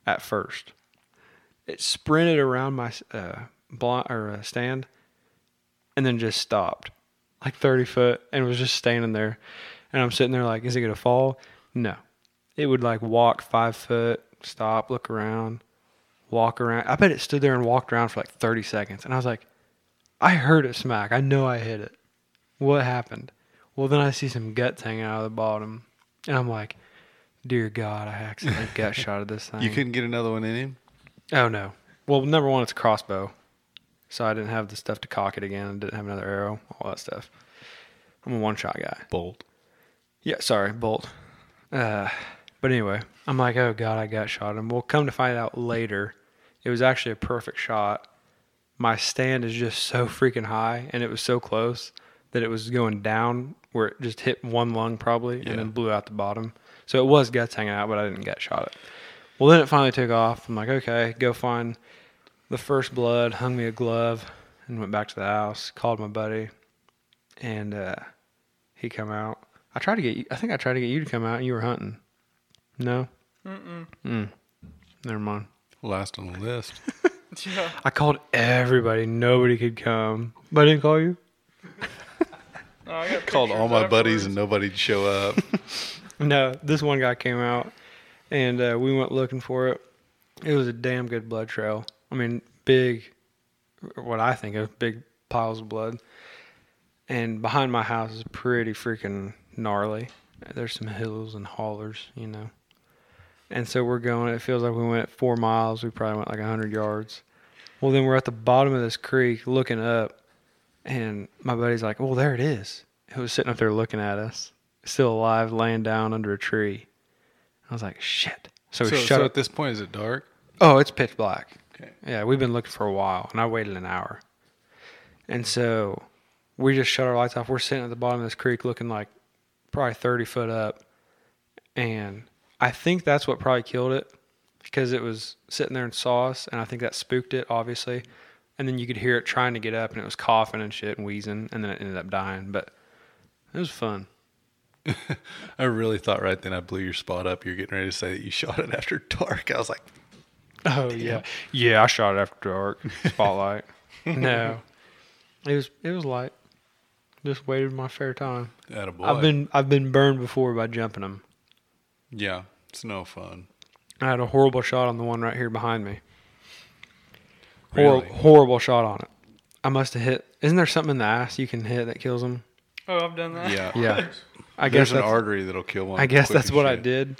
E: at first. It sprinted around my uh, blind or uh, stand, and then just stopped, like thirty foot, and was just standing there. And I'm sitting there like, is it gonna fall? No. It would like walk five foot, stop, look around, walk around. I bet it stood there and walked around for like thirty seconds, and I was like. I heard it smack. I know I hit it. What happened? Well, then I see some guts hanging out of the bottom, and I'm like, "Dear God, I accidentally gut shot at this thing."
D: You couldn't get another one in him.
E: Oh no. Well, number one, it's a crossbow, so I didn't have the stuff to cock it again. I didn't have another arrow, all that stuff. I'm a one shot guy.
D: Bolt.
E: Yeah, sorry, bolt. Uh, but anyway, I'm like, oh god, I got shot. And we'll come to find out later, it was actually a perfect shot. My stand is just so freaking high, and it was so close that it was going down where it just hit one lung probably
D: Yeah.
E: and then blew out the bottom. So it was guts hanging out, but I didn't get shot at. Well, then it finally took off. I'm like, okay, go find the first blood, hung me a glove, and went back to the house. Called my buddy, and uh, he come out. I tried to get you. I think I tried to get you to come out, and you were hunting. No, Mm.
F: Mm-mm.
E: never mind.
D: Last on the list.
F: Yeah.
E: I called everybody. Nobody could come. But I didn't call you.
F: No, I
D: [laughs]
F: got
D: Called all
F: pictures
D: my buddies and
F: afterwards.
D: nobody'd show up.
E: No, this one guy came out, and uh, we went looking for it. It was a damn good blood trail. I mean, big, what I think of big piles of blood. And behind my house is pretty freaking gnarly. There's some hills and hollers, you know. And so we're going. It feels like we went four miles. We probably went like hundred yards. Well, then we're at the bottom of this creek looking up, and my buddy's like, "Well, there it is." It was sitting up there looking at us still alive, laying down under a tree. I was like, shit. So
D: [laughs]
E: we
D: so,
E: shut
D: so
E: up.
D: at this point, is it dark?
E: oh, it's pitch black.
D: Okay.
E: Yeah, we've been looking for a while, and I waited an hour. And so we just shut our lights off. We're sitting at the bottom of this creek looking like probably 30 foot up. And I think that's what probably killed it because it was sitting there and saw us. And I think that spooked it, obviously. And then you could hear it trying to get up, and it was coughing and shit and wheezing. And then it ended up dying. But it was fun.
D: I really thought right then I blew your spot up. You're getting ready to say that you [laughs] shot it after dark. I was like,
E: Oh yeah, yeah. I shot it after dark,
D: [laughs]
E: spotlight. [laughs] no, it was it was light. Just waited my fair time.
D: at a boy.
E: I've been I've been burned before by jumping them.
D: yeah, it's no fun.
E: I had a horrible shot on the one right here behind me. Hor-
D: Really?
E: horrible shot on it. I must have hit. Isn't there something in the ass you can hit that kills them?
F: Oh, I've done that.
D: Yeah. [laughs]
E: [laughs] Yeah. I guess
D: There's an
E: that's,
D: artery that'll kill one.
E: I guess
D: quick
E: that's
D: as
E: what I
D: shit.
E: did,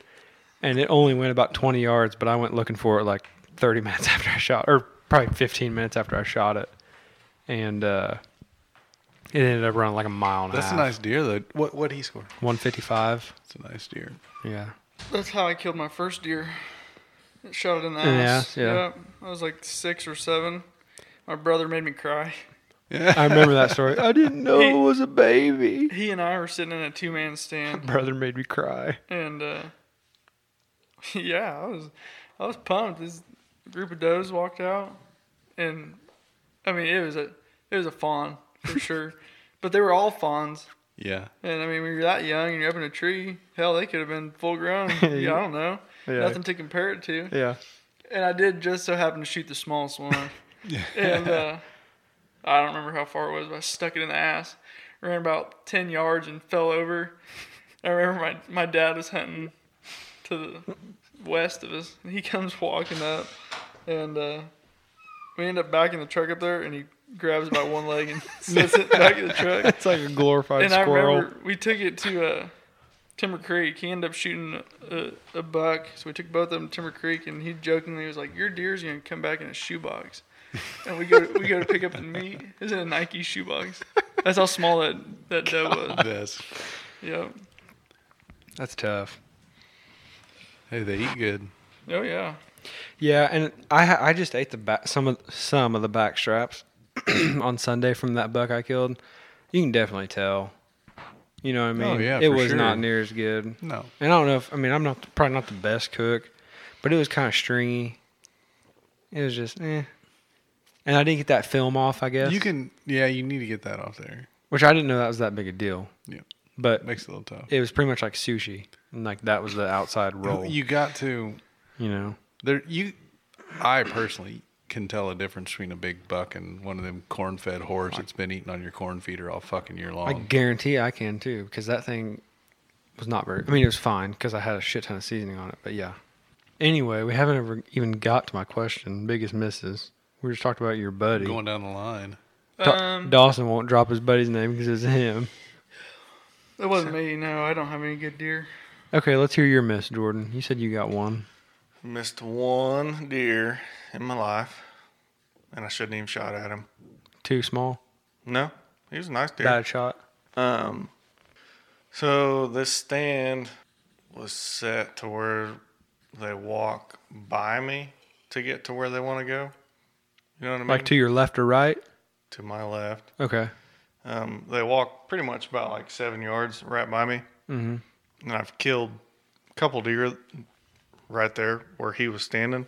E: and it only went about 20 yards, but I went looking for it like 30 [laughs] minutes after I shot, or probably 15 minutes after I shot it, and uh, it ended up running like a mile and
D: That's
E: a
D: a
E: half.
D: nice deer, though. What what he score?
E: 155.
D: It's a nice deer.
E: Yeah.
F: That's how I killed my first deer. It shot it in the
E: In the
F: ass.
E: ass, yeah.
F: Yep. I was like six or seven. My brother made me cry.
D: Yeah.
E: I remember that story. I didn't know
F: it
E: it was a baby.
F: He and I were sitting in a two man stand,
E: Brother made me cry.
F: and uh, [laughs] yeah, I was I was pumped. This group of does walked out, and I mean it was a it was a fawn for sure, but they were all fawns.
D: yeah.
F: And I mean, when you're that young and you're up in a tree, hell, they could have been full grown. yeah, I don't know.
E: Yeah.
F: Nothing to compare it to.
E: Yeah.
F: And I did just so happen to shoot the smallest one. and uh, I don't remember how far it was, but I stuck it in the ass. Ran about 10 yards and fell over. I remember my, my dad was hunting to the west of us. And he comes walking up. And uh, we end up back in the truck up there. And he grabs it by one leg and [laughs] sets it back in the truck
E: It's like a glorified
F: and
E: squirrel.
F: I remember we took it to uh, Timber Creek. He ended up shooting a, a buck, so we took both of them to Timber Creek, and he jokingly was like, "Your deer's gonna come back in a shoebox." And we go we go to pick up the meat. It's in a Nike shoebox. That's how small that that doe was.
E: [laughs]
D: That's,
F: Yep.
E: That's tough.
D: hey, they eat good.
F: Oh yeah.
E: Yeah, and I ha- I just ate the back some of some of the back straps [clears throat] on Sunday from that buck I killed. You can definitely tell. You know what I mean?
D: Oh, yeah,
E: it
D: for
E: was
D: sure.
E: not near as good.
D: No.
E: And I don't know if I mean I'm not probably not the best cook, but it was kind of stringy. It was just eh. And I didn't get that film off, I guess.
D: You can, yeah, you need to get that off there.
E: which I didn't know that was that big a deal.
D: Yeah.
E: But
D: Makes it a little tough.
E: it was pretty much like sushi. And like that was the outside roll. You,
D: You got to,
E: know.
D: there, you, I personally can tell a difference between a big buck and one of them corn fed horse that's been eating on your corn feeder all fucking year long.
E: I guarantee I can too, because that thing was not very. I mean, it was fine because I had a shit ton of seasoning on it. But yeah. Anyway, we haven't ever even got to my question. Biggest misses. We just talked about your buddy.
D: Going down the line.
E: Da-
F: Um,
E: Dawson won't drop his buddy's name because it's him.
F: it wasn't me. No, I don't have any good deer.
E: Okay, let's hear your miss, Jordan. You said you got one.
B: Missed one deer in my life, and I shouldn't even shot at him.
E: Too small.
B: No, he was a nice deer.
E: Bad shot.
B: Um, so this stand was set to where they walk by me to get to where they want to go. You know what I mean?
E: Like to your left or right.
B: to my left.
E: Okay.
B: Um, they walk pretty much about like seven yards right by me,
E: Mm-hmm.
B: and I've killed a couple deer right there where he was standing.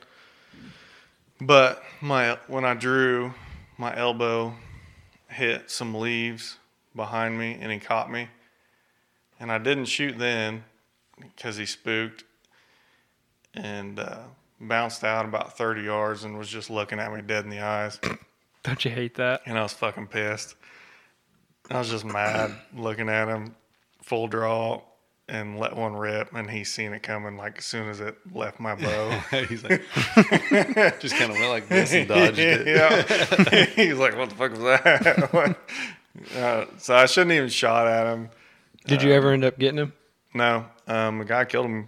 B: But my when I drew, my elbow hit some leaves behind me, and he caught me. And I didn't shoot then because he spooked and uh, bounced out about 30 yards and was just looking at me dead in the eyes.
E: Don't you hate that?
B: And I was fucking pissed. I was just mad looking at him, full draw, and let one rip. And he seen it coming like as soon as it left my bow.
D: He's like, [laughs] just kind of went like this and dodged it.
B: [laughs] yeah. He's like, what the fuck was that? [laughs] What? uh, so I shouldn't even shot at him.
E: Did you ever end up getting him?
B: No, um, the guy killed him.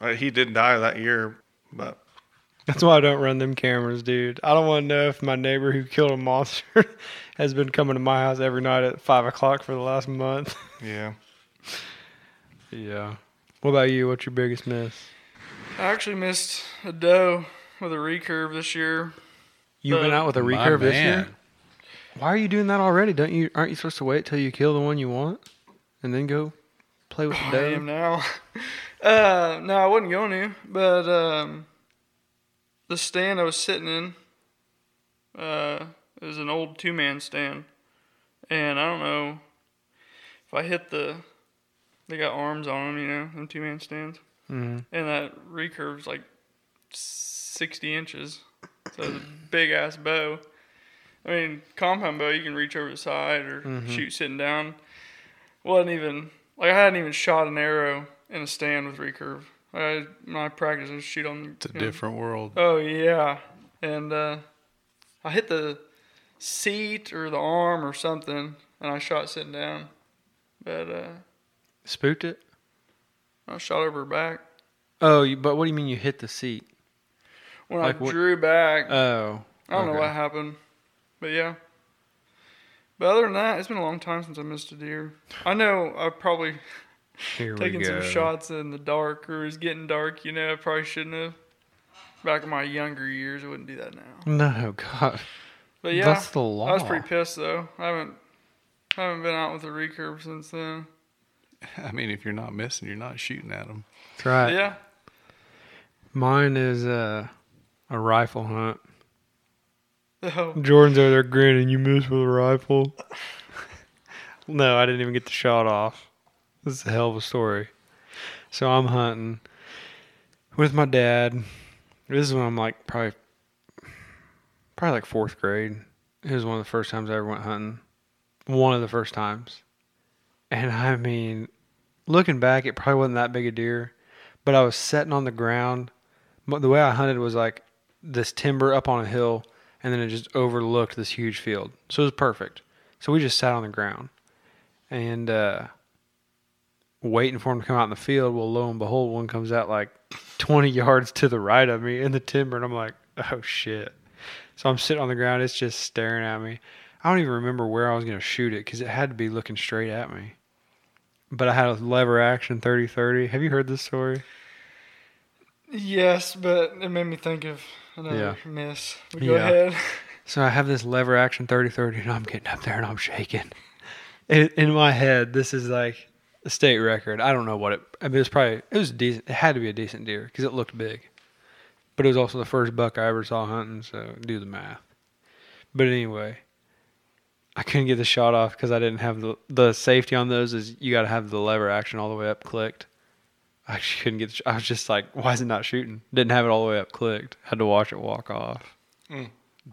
B: Uh, he did die that year, but
E: That's why I don't run them cameras, dude. I don't want to know if my neighbor who killed a monster [laughs] has been coming to my house every night at five o'clock for the last month. [laughs]
B: yeah.
E: Yeah. What about you? What's your biggest miss?
F: I actually missed a doe with a recurve this year.
E: You've been
F: Uh,
E: out with a
D: My
E: recurve this
D: man.
E: year. Why are you doing that already? Don't you? Aren't you supposed to wait till you kill the one you want, and then go play with the
F: I
E: dam?
F: am now. [laughs] Uh, no, I wasn't going to, but um, the stand I was sitting in, uh, it was an old two man stand, and I don't know if I hit the. They got arms on them, you know, them two man stands,
D: Mm-hmm.
E: Mhm.
F: and that recurve's like sixty inches, so it's a big ass bow. I mean, compound bow you can reach over the side or
D: Mm-hmm.
F: shoot sitting down. wasn't even like I hadn't even shot an arrow in a stand with recurve. I my practice is shoot on.
D: [laughs] It's a different world.
F: Oh yeah, and uh, I hit the seat or the arm or something, and I shot sitting down, but uh,
E: Spooked it.
F: I shot over her back.
E: Oh, you, but what do you mean you hit the seat?
F: When
E: Like
F: I
E: what-
F: drew back,
E: Oh,
F: I don't
E: okay.
F: know what happened, but yeah. But other than that, it's been a long time since I missed a deer. I know I probably
E: here
F: taking
E: we go.
F: some shots in the dark or it was getting dark, you know, I probably shouldn't have. Back in my younger years, I wouldn't do that now.
E: No, [laughs] God,
F: But yeah,
E: that's the law.
F: I was pretty pissed though. I haven't I haven't been out with a recurve since then.
D: I mean, if you're not missing, you're not shooting at them.
E: That's right.
F: yeah,
E: Mine is uh, a rifle hunt.
F: so
E: Jordan's over there grinning. You missed with a rifle. no, I didn't even get the shot off. This is a hell of a story. So I'm hunting with my dad. This is when I'm like probably, probably like fourth grade. It was one of the first times I ever went hunting. One of the first times. And I mean, looking back, it probably wasn't that big a deer, but I was sitting on the ground. But the way I hunted was like this timber up on a hill and then it just overlooked this huge field. So it was perfect. So we just sat on the ground and uh, waiting for him to come out in the field. Well, lo and behold, one comes out like 20 [laughs] yards to the right of me in the timber, and I'm like, oh shit. So I'm sitting on the ground. It's just staring at me. I don't even remember where I was going to shoot it because it had to be looking straight at me. But I had a lever action 30 30. Have you heard this story?
F: yes, but it made me think of another miss. But go
E: Yeah.
F: ahead.
E: So I have this lever action 30 30, and I'm getting up there and I'm shaking. In, in my head, this is like a state record. I don't know what it. I mean, it was probably it was decent. It had to be a decent deer because it looked big, but it was also the first buck I ever saw hunting. So do the math. But anyway, I couldn't get the shot off because I didn't have the the safety on those. Is you got to have the lever action all the way up clicked. I actually couldn't get. The, sh- I was just like, why is it not shooting? Didn't have it all the way up clicked. Had to watch it walk off.
B: Mm.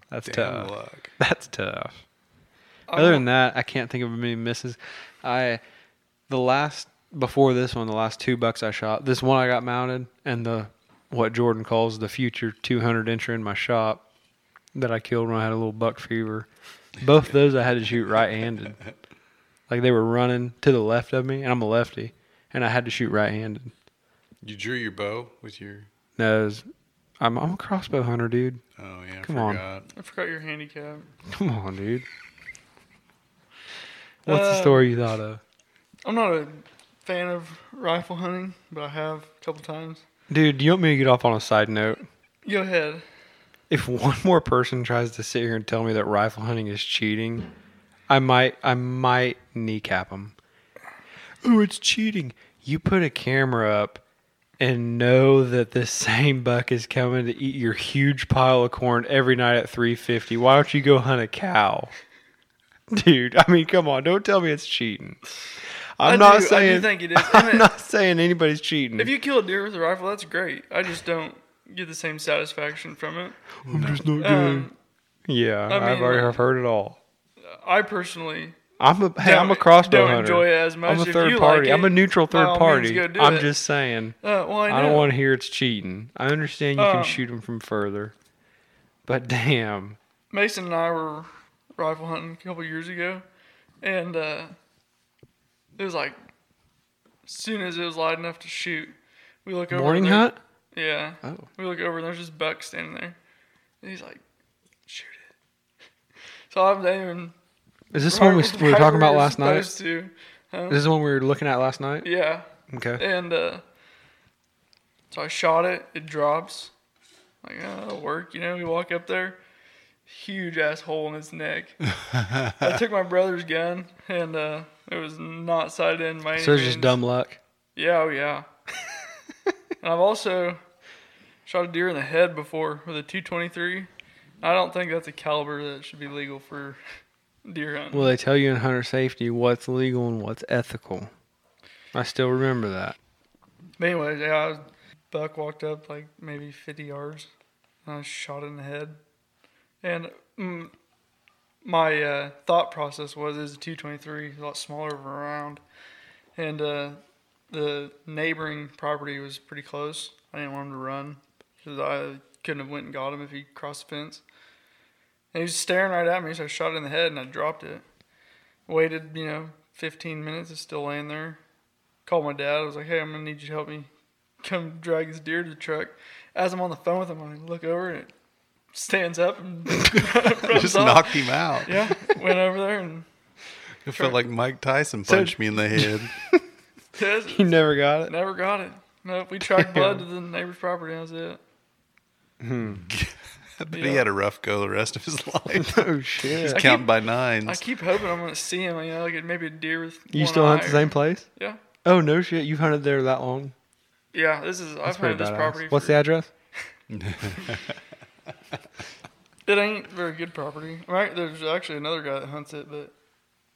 E: That's
D: Damn
E: tough.
D: luck.
E: That's tough.
F: I'm
E: Other
F: not-
E: than that, I can't think of many misses. I the last before this one, the last two bucks I shot, this one I got mounted, and the what Jordan calls the future 200 incher in my shop that I killed when I had a little buck fever. Both those I had to shoot right-handed. like they were running to the left of me, and I'm a lefty, and I had to shoot right-handed.
D: You drew your bow with your.
E: No, it was- I'm, I'm a crossbow hunter, dude.
D: Oh yeah, I
E: Come on.
D: forgot.
F: I forgot your handicap.
E: Come on, dude. What's the
F: Uh,
E: story you thought of?
F: I'm not a fan of rifle hunting, but I have a couple times.
E: Dude, do you want me to get off on a side note?
F: Go ahead.
E: If one more person tries to sit here and tell me that rifle hunting is cheating, I might I might kneecap him. Oh, it's cheating. You put a camera up and know that this same buck is coming to eat your huge pile of corn every night at 350. Why don't you go hunt a cow? Dude, I mean, come on, don't tell me it's cheating. I'm
F: I
E: not
F: do- I do
E: saying
F: think it is.
E: [laughs] I'm
F: And it-
E: not saying anybody's cheating.
F: If you kill a deer with a rifle, that's great. I just don't get the same satisfaction from it.
E: I'm just not
F: Um,
E: Yeah,
F: I
E: I have
F: mean,
E: already
F: like-
E: have heard it all.
F: I personally
E: I'm a hey, I'm a
F: don't-
E: crossbow
F: don't
E: hunter.
F: enjoy it as much.
E: I'm a
F: If
E: third
F: you
E: party.
F: like
E: I'm a
F: it,
E: neutral
F: by all
E: third
F: means,
E: party.
F: go do
E: I'm
F: it.
E: just saying.
F: Uh, well, I, know.
E: I, don't want to hear it's cheating. I understand you
F: Um,
E: can shoot them from further, but damn,
F: Mason and I were rifle hunting a couple years ago, and uh, it was like, as soon as it was light enough to shoot, we look over.
E: morning
F: and there-
E: hunt.
F: Yeah.
E: Oh.
F: We look over and there's this buck standing there, and he's like, shoot it. [laughs] So I'm aiming.
E: Is this
F: [laughs]
E: one we
F: right
E: we were talking
F: where
E: about
F: you're
E: last night? Is
F: supposed to. Huh?
E: this the one we were looking at last night?
F: Yeah.
E: Okay.
F: And uh, so I shot it. It drops. Like, oh, that'll work. You know, we walk up there. Huge ass hole in his
E: [laughs]
F: neck. I took my brother's gun and uh, it was not sighted in my
E: So it's just dumb luck.
F: Yeah, oh, yeah. and I've also shot a deer in the head before with a 223. I don't think that's a caliber that should be legal for deer hunting.
E: Well, they tell you in hunter safety what's legal and what's ethical. I still remember that. [laughs]
F: But anyways, yeah, I was, Buck walked up like maybe 50 yards, and I shot it in the head. And mm, my uh, thought process was, "Is a 223 a lot smaller of a round?" And uh, the neighboring property was pretty close. I didn't want him to run because I couldn't have went and got him if he crossed the fence. And he was staring right at me, so I shot it in the head and I dropped it. Waited, you know, 15 minutes. It's still laying there called my dad. I was like, "Hey, I'm gonna need you to help me come drag this deer to the truck." As I'm on the phone with him, I look over and it stands up and
D: [laughs]
F: [laughs]
D: Just
F: runs off.
D: knocked him out.
F: Yeah, went over there and
D: It felt like Mike Tyson punched me in the head. [laughs]
E: You never got it.
F: never got it. Nope, we tracked blood to the neighbor's property. and That was it.
D: but
F: Yeah.
D: he had a rough go the rest of his [laughs] life.
E: Oh shit!
F: I
D: Count
F: keep-
D: by
F: I
D: nines.
F: keep hoping I'm gonna see him. You know, like maybe a deer with.
E: You
F: one
E: still hunt
F: eye
E: the
F: or-
E: same place?
F: Yeah.
E: Oh no shit! You've hunted there that long?
F: Yeah, this is. I've
E: That's
F: hunted
E: pretty
F: this property.
E: badass. What's
F: for-
E: the address?
F: It ain't very good property. Right? There's actually another guy that hunts it, but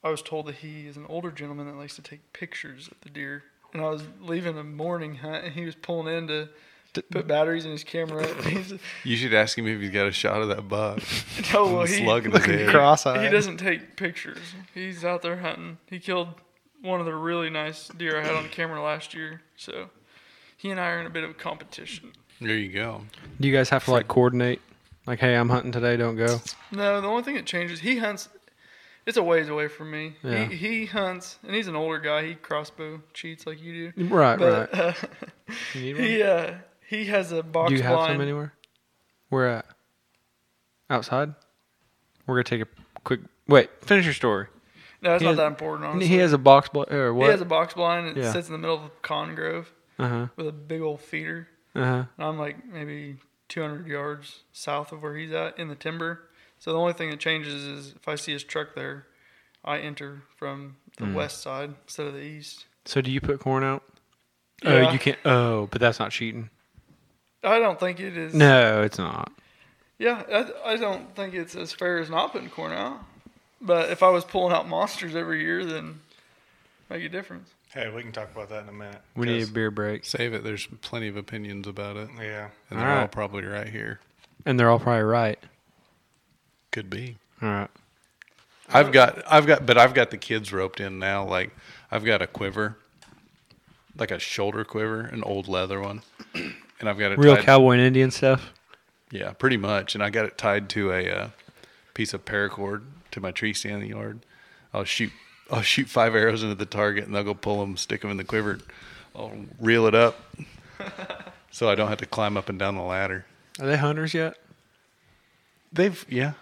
F: I was told that he is an older gentleman that likes to take pictures of the deer. And I was leaving a morning hunt, and he was pulling in to put batteries in his camera. He's-
D: You should ask him if he's got a shot of that buck. [laughs]
F: oh, well,
D: I'm
F: he, [laughs]
D: slugging his head.
E: Cross-eyed.
F: he doesn't take pictures. He's out there hunting. He killed one of the really nice deer I had on camera last year. So he and I are in a bit of a competition.
D: There you go.
E: Do you guys have to like coordinate? Like, hey, I'm hunting today. Don't go.
F: No, the only thing that changes, he hunts. It's a ways away from me.
E: Yeah.
F: He, he hunts, and he's an older guy. He crossbow cheats like you do.
E: [laughs] Right,
F: But
E: right.
F: uh,
E: You
F: [laughs]
E: need one?
F: he uh, he has a box
E: Do you have
F: blind.
E: some anywhere? Where at? Outside. We're gonna take a quick wait. Finish your story.
F: No, it's
E: He
F: not
E: has-
F: that important. Honestly,
E: He has a box bl- or
F: He has
E: what?
F: a box blind. and It
E: Yeah.
F: sits in the middle of a con grove
E: Uh huh.
F: with a big old feeder.
E: Uh huh.
F: And I'm like maybe 200 yards south of where he's at in the timber. So the only thing that changes is if I see his truck there, I enter from the
D: Hmm.
F: west side instead of the east.
E: So do you put corn out?
F: Yeah.
E: Oh, you can't. Oh, but that's not cheating.
F: I don't think it is.
E: No, it's not.
F: Yeah, I, I don't think it's as fair as not putting corn out. But if I was pulling out monsters every year, then make a difference.
B: Hey, we can talk about that in a minute.
E: We need a
B: 'cause-
E: beer break,
D: Save it. There's plenty of opinions about it,
B: Yeah.
D: and they're all
E: Alright.
D: probably right here.
E: and they're all probably right.
D: Could be.
E: All right.
D: I've got, I've got, but I've got the kids roped in now. Like I've got a quiver, like a shoulder quiver, an old leather one, and I've got it
E: Real
D: tied-
E: cowboy and Indian stuff.
D: Yeah, pretty much. And I got it tied to a uh, piece of paracord to my tree stand in the yard. I'll shoot, I'll shoot five arrows into the target, and they'll go pull them, stick them in the quiver, I'll reel it up, so I don't have to climb up and down the ladder.
E: Are they hunters yet?
D: They've yeah,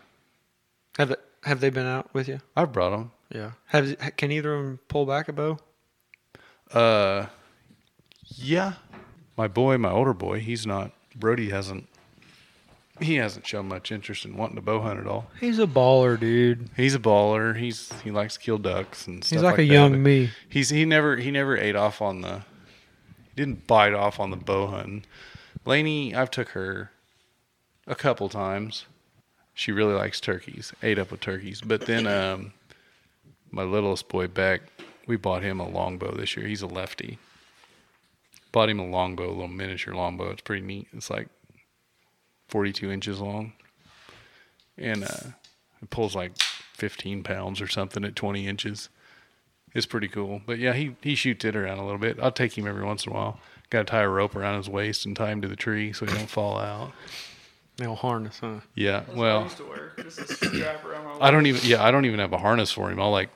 E: Have they, Have they been out with you?
D: I've brought them.
E: Yeah. Have can either of them pull back a bow?
D: Uh, yeah. My boy, my older boy, he's not. Brody hasn't. he hasn't shown much interest in wanting to bow hunt at all.
E: He's a baller, dude.
D: He's a baller. He's he likes to kill ducks and stuff.
E: He's like, a
D: that,
E: young
D: but
E: me.
D: He's he never he never ate off on the he didn't bite off on the bow hunting. Lainey, I've took her a couple times. She really likes turkeys. Ate up with turkeys. But then um my littlest boy Beck, we bought him a longbow this year. He's a lefty. Bought him a longbow, a little miniature longbow. It's pretty neat. It's like forty two inches long. And uh it pulls like 15 pounds or something at 20 inches. It's pretty cool. But yeah, he, he shoots it around a little bit. I'll take him every once in a while. Got to tie a rope around his waist and tie him to the tree so he don't fall out.
E: No harness, huh?
D: Yeah.
F: That's what I
D: Well,
F: used to wear. Just a strap around my
D: I don't even, yeah, I don't even have a harness for him. I'll like,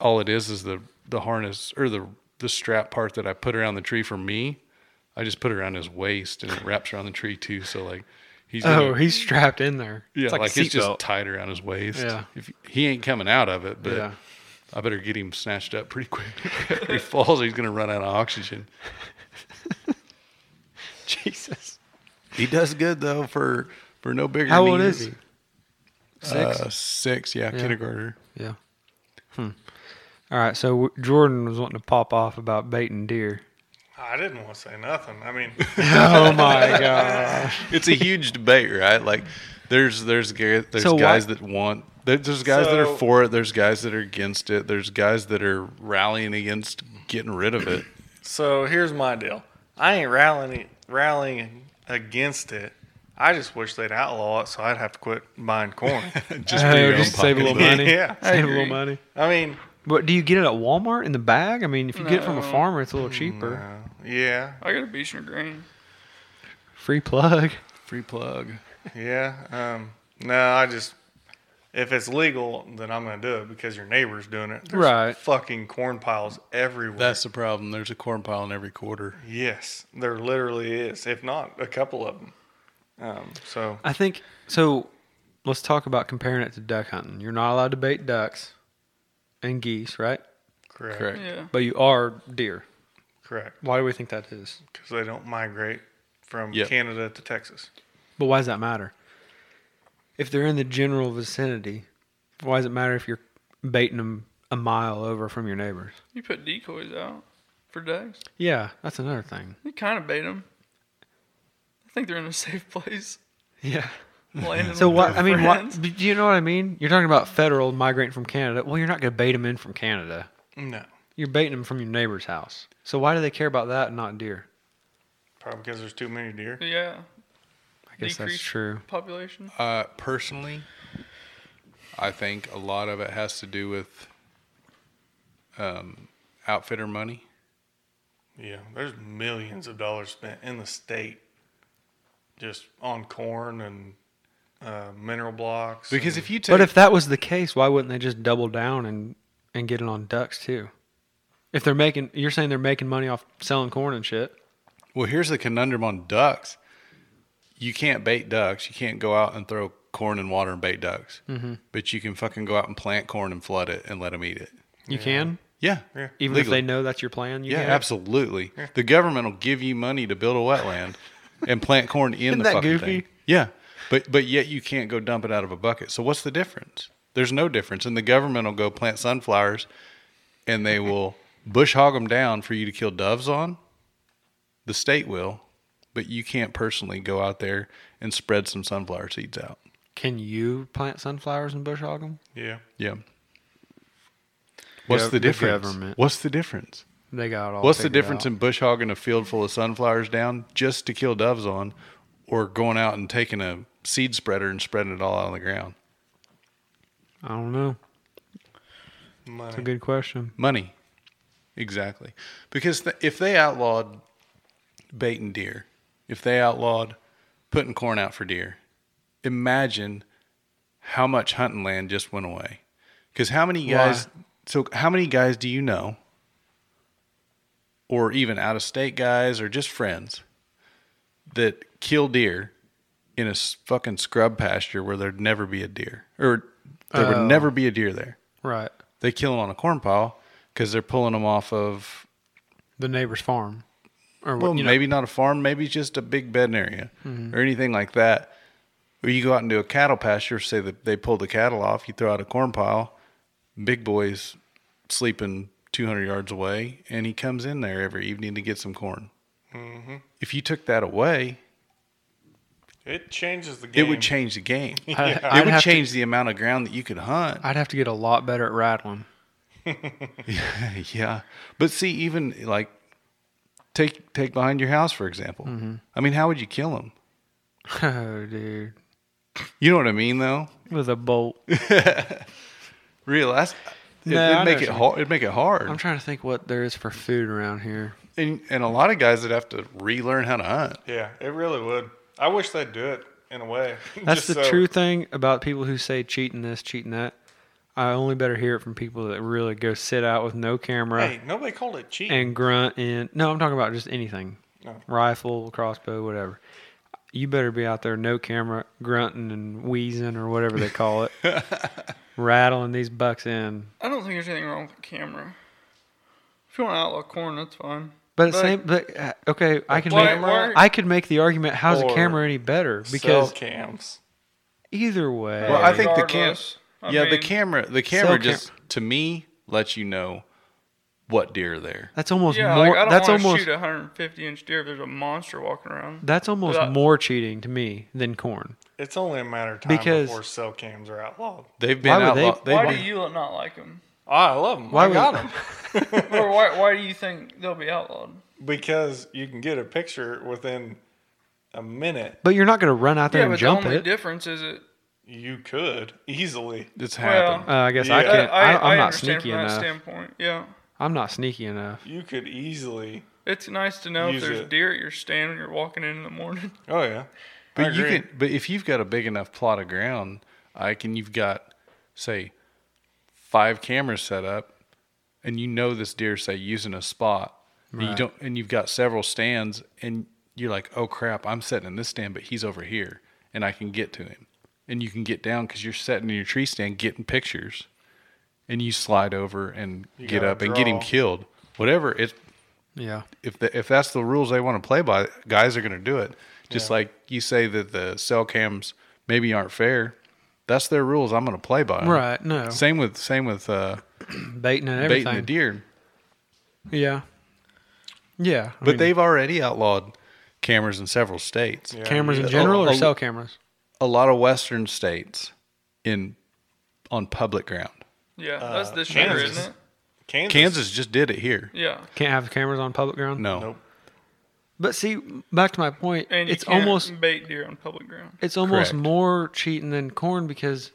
D: all it is is the, the harness or the, the strap part that I put around the tree for me. I just put it around his waist and it wraps around the tree too. So like, he's
E: Oh,
D: gonna-
E: he's strapped in there.
D: Yeah,
E: it's
D: like,
E: like, a
D: it's just
E: seatbelt.
D: tied around his waist.
E: Yeah.
D: If he ain't coming out of it, but [laughs]
E: Yeah.
D: I better get him snatched up pretty quick. [laughs] if he falls, he's gonna run out of oxygen.
E: Jesus.
D: He does good though for for no bigger.
E: How
D: than
E: old is
D: is
E: he?
D: Six, uh, six, yeah,
E: Yeah.
D: kindergartner.
E: Yeah. Hmm. All right. So w- Jordan was wanting to pop off about baiting deer.
B: I didn't want to say nothing. I mean,
E: [laughs] Oh [laughs] my god.
D: It's a huge debate, right? Like, there's there's ga- there's
E: So why-
D: guys that want. there- There's guys that
B: So-
D: are for it. There's guys that are against it. There's guys that are rallying against getting rid of
E: [laughs]
D: it.
B: so here's my deal. I ain't rallying rallying against it. I just wish they'd outlaw it, so I'd have to quit buying corn.
D: Just,
E: Oh,
D: for your own
E: just save a
D: pocket
E: little
D: book.
E: money. [laughs]
B: [laughs] Yeah.
F: I
E: Save a little
F: agree.
E: money.
B: I mean,
E: But do you get it at Walmart in the bag? I mean, if you get it from a
F: No.
E: farmer, it's a little cheaper.
B: uh, yeah,
F: I got a Beechner grain.
E: Free plug.
D: Free plug.
B: yeah. Um, no, I just if it's legal, then I'm gonna do it because your neighbor's doing it. There's
E: Right.
B: Fucking corn piles everywhere.
D: That's the problem. There's a corn pile in every quarter.
B: yes, there literally is. If not, a couple of them. Um, so
E: I think so. Let's talk about comparing it to duck hunting. You're not allowed to bait ducks and geese, right?
B: correct,
D: Correct.
B: correct,
F: Yeah.
E: But you are deer.
B: correct,
E: Why do we think that is?
B: because they don't migrate from
D: Yep.
B: Canada to Texas.
E: But why does that matter? If they're in the general vicinity, why does it matter if you're baiting them a mile over from your neighbors?
F: You put decoys out for ducks.
E: Yeah, that's another thing.
F: You kind of bait them. I think they're in a safe [laughs] place.
E: Yeah.
F: Landing
E: So
F: with
E: what?
F: their
E: I mean, what?
F: friends.
E: Do you know what I mean? You're talking about federal migrating from Canada. Well, you're not going to bait them in from Canada.
B: No,
E: You're baiting them from your neighbor's house. So why do they care about that and not deer?
B: probably because there's too many deer.
F: Yeah.
E: I guess that's
F: Decrease.
E: true.
F: Population.
D: Uh, personally, I think a lot of it has to do with um, outfitter money.
B: Yeah, there's millions of dollars spent in the state just on corn and uh, mineral blocks.
D: Because
B: and-
D: if you take,
E: But if that was the case, why wouldn't they just double down and and get it on ducks too? If they're making, you're saying they're making money off selling corn and shit.
D: well, here's the conundrum on ducks: you can't bait ducks. You can't go out and throw corn and water and bait ducks. Mm-hmm. But you can fucking go out and plant corn and flood it and let them eat it.
E: You can,
D: Yeah,
B: Yeah.
E: even
D: legally.
E: if they know that's your plan. You
D: yeah,
E: can.
D: absolutely. The government will give you money to build a wetland and plant corn in
E: Isn't
D: the
E: that
D: fucking
E: goofy?
D: thing. Yeah, but but yet you can't go dump it out of a bucket. So what's the difference? There's no difference, and the government will go plant sunflowers, and they will bush hog them down for you to kill doves on. The state will, but you can't personally go out there and spread some sunflower seeds out.
E: Can you plant sunflowers and bush hog them?
B: yeah,
D: Yeah. What's
E: Gov-
D: the
E: the
D: difference?
E: government.
D: What's the difference?
E: They got it all.
D: What's the
E: figured
D: difference
E: out.
D: in bush hogging a field full of sunflowers down just to kill doves on, or going out and taking a seed spreader and spreading it all out on the ground?
E: I don't know. It's a
B: money.
E: good question.
D: Money, exactly. Because th- if they outlawed baiting deer, if they outlawed putting corn out for deer, imagine how much hunting land just went away. Because how many guys? So how many guys do you know, or even out of state guys, or just friends, that kill deer in a s- fucking scrub pasture where there'd never be a deer, or there
E: Oh.
D: would never be a deer there?
E: Right.
D: they kill them on a corn pile because they're pulling them off of
E: The neighbor's farm, or what-
D: well,
E: you know, Mm-hmm.
D: maybe not a farm, maybe just a big bedding area or anything like that. Or you go out into a cattle pasture, say that they pull the cattle off, you throw out a corn pile, big boy's sleeping 200 yards away, and he comes in there every evening to get some corn.
B: mm-hmm.
D: If you took that away,
B: It changes the
D: it
B: game.
D: would change the
E: [laughs]
D: game.
E: I,
D: It
E: I'd
D: would
E: have to-
D: change the amount of ground that you could hunt.
E: I'd have to get a lot better at rattling. [laughs]
D: [laughs] yeah, but see, even like take take behind your house for example. I mean, how would you kill him?
E: Oh, dude,
D: You know what I mean, though.
E: with a bolt.
D: Real, that's it,
E: No, I
D: it'd make
E: know what
D: it
E: you mean.
D: hard. It'd make it hard.
E: I'm trying to think what there is for food around here.
D: and and a lot of guys that have to relearn how to hunt.
B: Yeah, it really would. I wish they'd do it in a way. [laughs]
E: That's
B: Just
E: the
B: so-
E: true thing about people who say cheating this, cheating that. I only better hear it from people that really go sit out with no camera
B: Hey, nobody called it cheating.
E: and grunt and no, I'm talking about just anything.
B: No.
E: Rifle, crossbow, whatever. You better be out there no camera grunting and wheezing or whatever they call it. rattling these bucks in.
F: I don't think there's anything wrong with the camera. If you want to outlaw corn, that's fine.
E: But,
F: But-
E: same but uh, okay, I can
F: Why-
E: make
F: why-
E: I could make the argument how's a
B: Or
E: camera any better?
B: Cell
E: Because
B: cams.
E: either way
D: Well, I think the cam-
F: Regardless, I
D: yeah, the
F: mean,
D: camera. The
E: Cell
D: camera
E: cam-
D: just to me lets you know what deer are there.
E: that's almost
F: Yeah,
E: more
F: like, I don't
E: that's
F: want to
E: almost
F: shoot a 150 inch deer if there's a monster walking around.
E: That's almost
F: Without-
E: more cheating to me than corn.
B: It's only a matter of time
E: Because-
B: before cell cams are outlawed. Ah,
D: They've been
E: Why would
D: outlaw-
E: they-
D: they've
F: why
D: been-
F: do you not like them?
B: I love them.
E: Why
B: I
E: would-
B: got them.
F: or why, why do you think they'll be outlawed?
B: because you can get a picture within a minute.
E: [laughs] But you're not going to run out there
F: Yeah,
E: and
F: but
E: jump
F: the only
E: it.
F: difference is it.
B: You could easily.
D: It's
F: Well,
D: happened.
E: uh, I guess I
B: Yeah.
E: can't. I,
F: I,
E: I, am not
F: understand
E: sneaky
F: from
E: enough.
F: that standpoint. Yeah,
E: I'm not sneaky enough.
B: You could easily.
F: it's nice to know
B: Use
F: if there's
B: it.
F: deer at your stand when you're walking in in the morning. [laughs]
B: Oh yeah. I
D: But you
B: agree.
D: can, but if you've got a big enough plot of ground, Ike, and you've got, say, five cameras set up, and you know this deer, say, using a spot, and you
E: Right.
D: don't, and you've got several stands, and you're like, oh crap, I'm setting in this stand, but he's over here, and I can get to him, and you can get down because you're setting in your tree stand, getting pictures, and you slide over and
B: You
D: get
B: gotta
D: up and get him
B: draw.
D: killed, whatever. It
E: Yeah.
D: if the, if that's the rules they want to play by, guys are going to do it. Just like you say that the cell cams maybe aren't fair. That's their rules. I'm going to play by. 'em.
E: Uh, Right. No.
D: Same with same with uh,
E: Baiting and everything.
D: baiting the deer.
E: Yeah. Yeah. I
D: But
E: mean,
D: they've already outlawed cameras in several states.
B: Yeah.
E: cameras in
D: a-
E: general or
D: a-
E: cell cameras.
D: A lot of Western states in on public ground.
F: Yeah, that's this year,
B: Uh, Kansas.
F: isn't it?
B: Kansas.
D: Kansas just did it here.
F: Yeah,
E: Can't have cameras on public ground.
D: No.
B: Nope.
E: But see, back to my point.
F: and you
E: it's
F: can't
E: almost
F: bait deer on public ground.
E: it's almost
D: Correct.
E: more cheating than corn because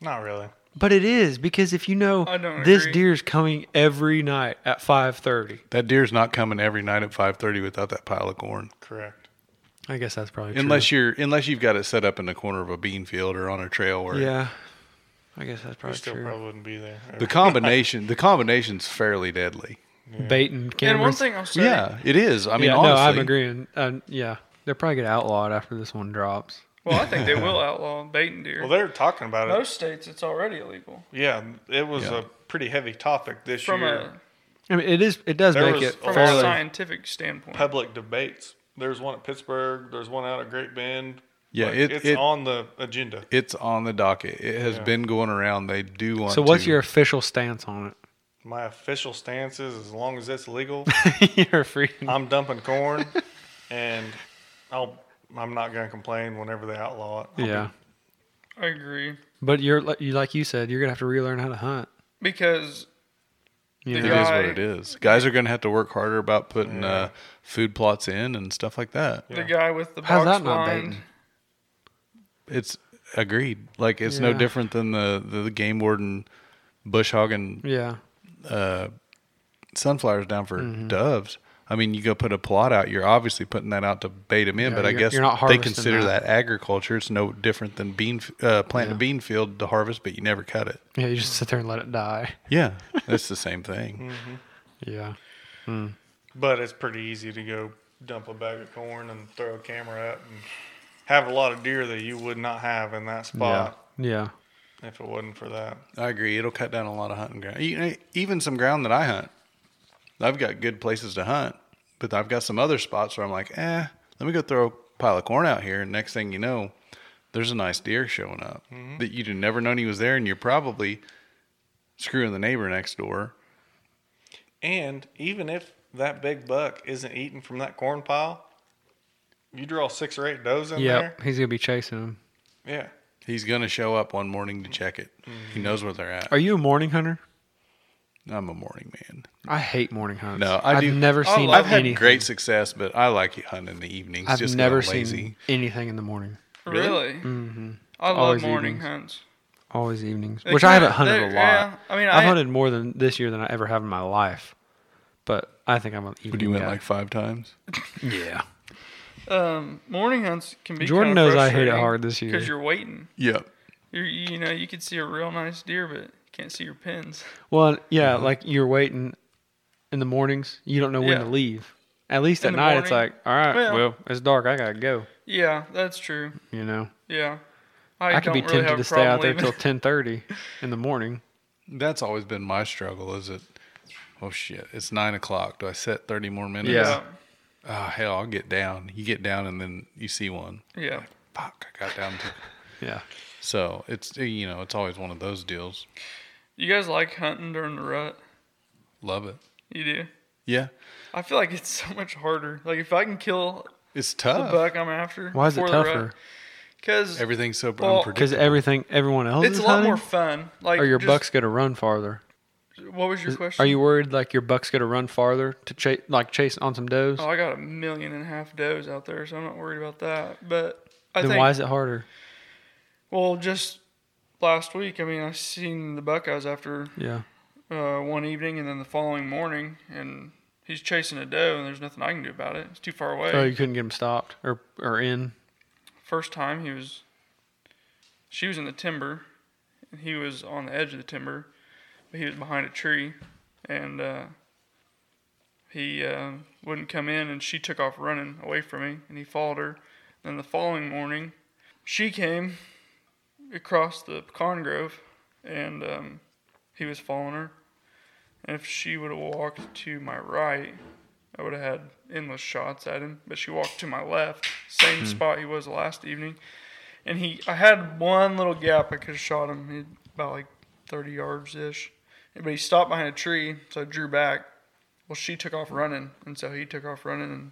B: Not really.
E: but it is because if you know
F: I don't
E: this
F: agree.
E: deer's coming every night at 5:30.
D: That deer's not coming every night at 5:30 without that pile of corn.
B: Correct.
E: I guess that's probably true.
D: Unless you're unless you've got it set up in the corner of a bean field or on a trail where
E: Yeah. I guess that's
B: We
E: probably
B: still
E: true.
B: probably wouldn't be there.
D: The combination, the combination's fairly deadly.
E: Baiting cameras.
F: And one thing I'll say,
D: Yeah, it is. I mean,
E: yeah,
D: honestly,
E: no, I'm agreeing. Uh, yeah, they'll probably get outlawed after this one drops.
F: well, I think
E: [laughs]
F: they will outlaw baiting deer.
B: well, they're talking about it.
F: Most states, it's already illegal.
B: yeah, it was
D: Yeah.
B: a pretty heavy topic this
F: From
B: year.
F: a
E: I mean, it is. It does
B: There
E: make
B: was
E: it
B: a lot
F: from
E: fairly.
F: a scientific standpoint.
B: public debates. There's one at Pittsburgh. There's one out at Great Bend.
D: Yeah,
B: Like,
D: it-
B: it's
D: it-
B: on the agenda.
D: it's on the docket. It has been going around. They do want.
E: so, what's
D: to-
E: your official stance on
B: My official stance is as long as
D: [laughs]
B: it's legal,
E: it? You're free.
B: I'm dumping corn, and I'll I'm not gonna complain whenever they outlaw it. I'll be-
E: Yeah,
F: I agree
E: but you're like you like you said, you're gonna have to relearn how to hunt.
F: because
E: You
F: The
D: It
E: know?
D: is what
F: guy-
D: it is. Guys are going to have to work harder about putting uh, food plots in and stuff like that.
F: the guy with the
E: How's
F: box
E: that not
F: blind.
E: baiting?
D: It's agreed. Like it's no
E: Yeah.
D: different than the the, the game warden bush hogging
E: Yeah,
D: sunflowers down for
E: Mm-hmm.
D: doves. I mean, you go put a plot out. You're obviously putting that out to bait them in,
E: Yeah,
D: but I
E: you're-
D: guess
E: you're not
D: they
E: harvesting
D: consider
E: that.
D: that. agriculture. It's no different than bean f- uh, planting a
E: Yeah.
D: bean field to harvest, but you never cut it.
E: yeah. You just sit there and let it die.
D: Yeah, that's the same
E: [laughs]
D: thing.
E: Yeah,
B: But it's pretty easy to go dump a bag of corn and throw a camera up and have a lot of deer that you would not have in that
E: yeah,
B: spot
E: yeah.
B: if it wasn't for that.
D: I agree. It'll cut down a lot of hunting ground. You know, Even some ground that I hunt, I've got good places to hunt, but I've got some other spots where I'm like, eh, let me go throw a pile of corn out here. And next thing you know, there's a nice deer showing up that you'd have never known he was there, and you're probably screwing the neighbor next door.
B: And even if that big buck isn't eating from that corn pile, you draw six or eight does in
E: Yep, he's gonna be chasing them.
B: there. Yeah.
D: He's gonna show up one morning to check it. He knows where they're at.
E: Are you a morning hunter?
D: I'm a morning man.
E: I hate morning hunts.
D: No, I
E: have
D: do-
E: never
B: I
E: seen
B: love-
D: I've
B: Oh, I've
D: had
E: anything.
D: great success, but I like it hunting in the evenings.
E: I've
D: just 'cause
E: never
D: I'm lazy.
E: seen anything in the morning.
F: Really?
E: hmm
F: I love
E: Always
F: morning
E: evenings.
F: hunts.
E: Always evenings,
F: They
E: which I haven't
F: kinda-
E: hunted
F: they-
E: a lot.
F: Yeah, I mean,
E: I've
F: I,
E: hunted more than this year than I ever have in my life. But I think I'm an evening
D: But you went
E: guy.
D: like five times.
E: yeah.
F: um, morning hunts can be.
E: Jordan
F: kinda
E: knows I hit it hard this year.
F: because you're waiting.
D: Yep.
F: You're, you know, you could see a real nice deer, but you can't see your pins.
E: Well, yeah, like you're waiting in the mornings. You don't know when
F: Yeah.
E: to leave. At least
F: In
E: at
F: the
E: night, it's
F: morning.
E: like, all right,
F: Well-
E: well, it's dark. I gotta go.
F: Yeah, that's true.
E: You know,
F: Yeah,
E: I, could
F: don't
E: be
F: really
E: tempted
F: have a
E: to stay
F: problem
E: out there
F: leaving.
E: till ten thirty in the morning.
D: That's always been my struggle. Is it? Oh shit! It's nine o'clock. Do I set thirty more minutes?
E: Yeah.
D: Oh hell! I'll get down. You get down, and then you see one.
F: yeah, [laughs] yeah.
D: Fuck! I got down to. [laughs]
E: Yeah.
D: So it's you know it's always one of those deals.
F: You guys like hunting during the rut?
D: Love it.
F: You do.
D: Yeah.
F: I feel like it's [laughs] so much harder. Like if I can kill
D: It's
F: the
D: tough.
F: buck I'm after,
E: Why is it tougher?
F: Because
D: Everything's so
F: Well,
E: Because
D: unpredictable.
E: everything, everyone else is
F: it's a lot
E: hunting,
F: more fun. Like
E: or your
F: just-
E: buck's gonna run farther.
F: What was your
E: Is-
F: question?
E: Are you worried like your buck's gonna run farther to chase, like chase on some does?
F: Oh, I got a million and a half does out there, so I'm not worried about that. But I
E: then
F: think
E: why is it harder?
F: well, just last week, I mean, I seen the buck I was after
E: Yeah.
F: uh, one evening, and then the following morning, and he's chasing a doe, and there's nothing I can do about it. It's too far away.
E: Oh, you couldn't get them stopped or or in.
F: First time he was, she was in the timber, and he was on the edge of the timber, but he was behind a tree, and uh, he uh, wouldn't come in, and she took off running away from me, and he followed her. Then the following morning, she came across the pecan grove, and um, he was following her. And if she would have walked to my right, I would have had endless shots at him. But she walked to my left, same
E: Hmm.
F: spot he was last evening, and he. I had one little gap I could have shot him, he- about like 30 yards ish. But he stopped behind a tree, so I drew back. Well, she took off running, and so he took off running and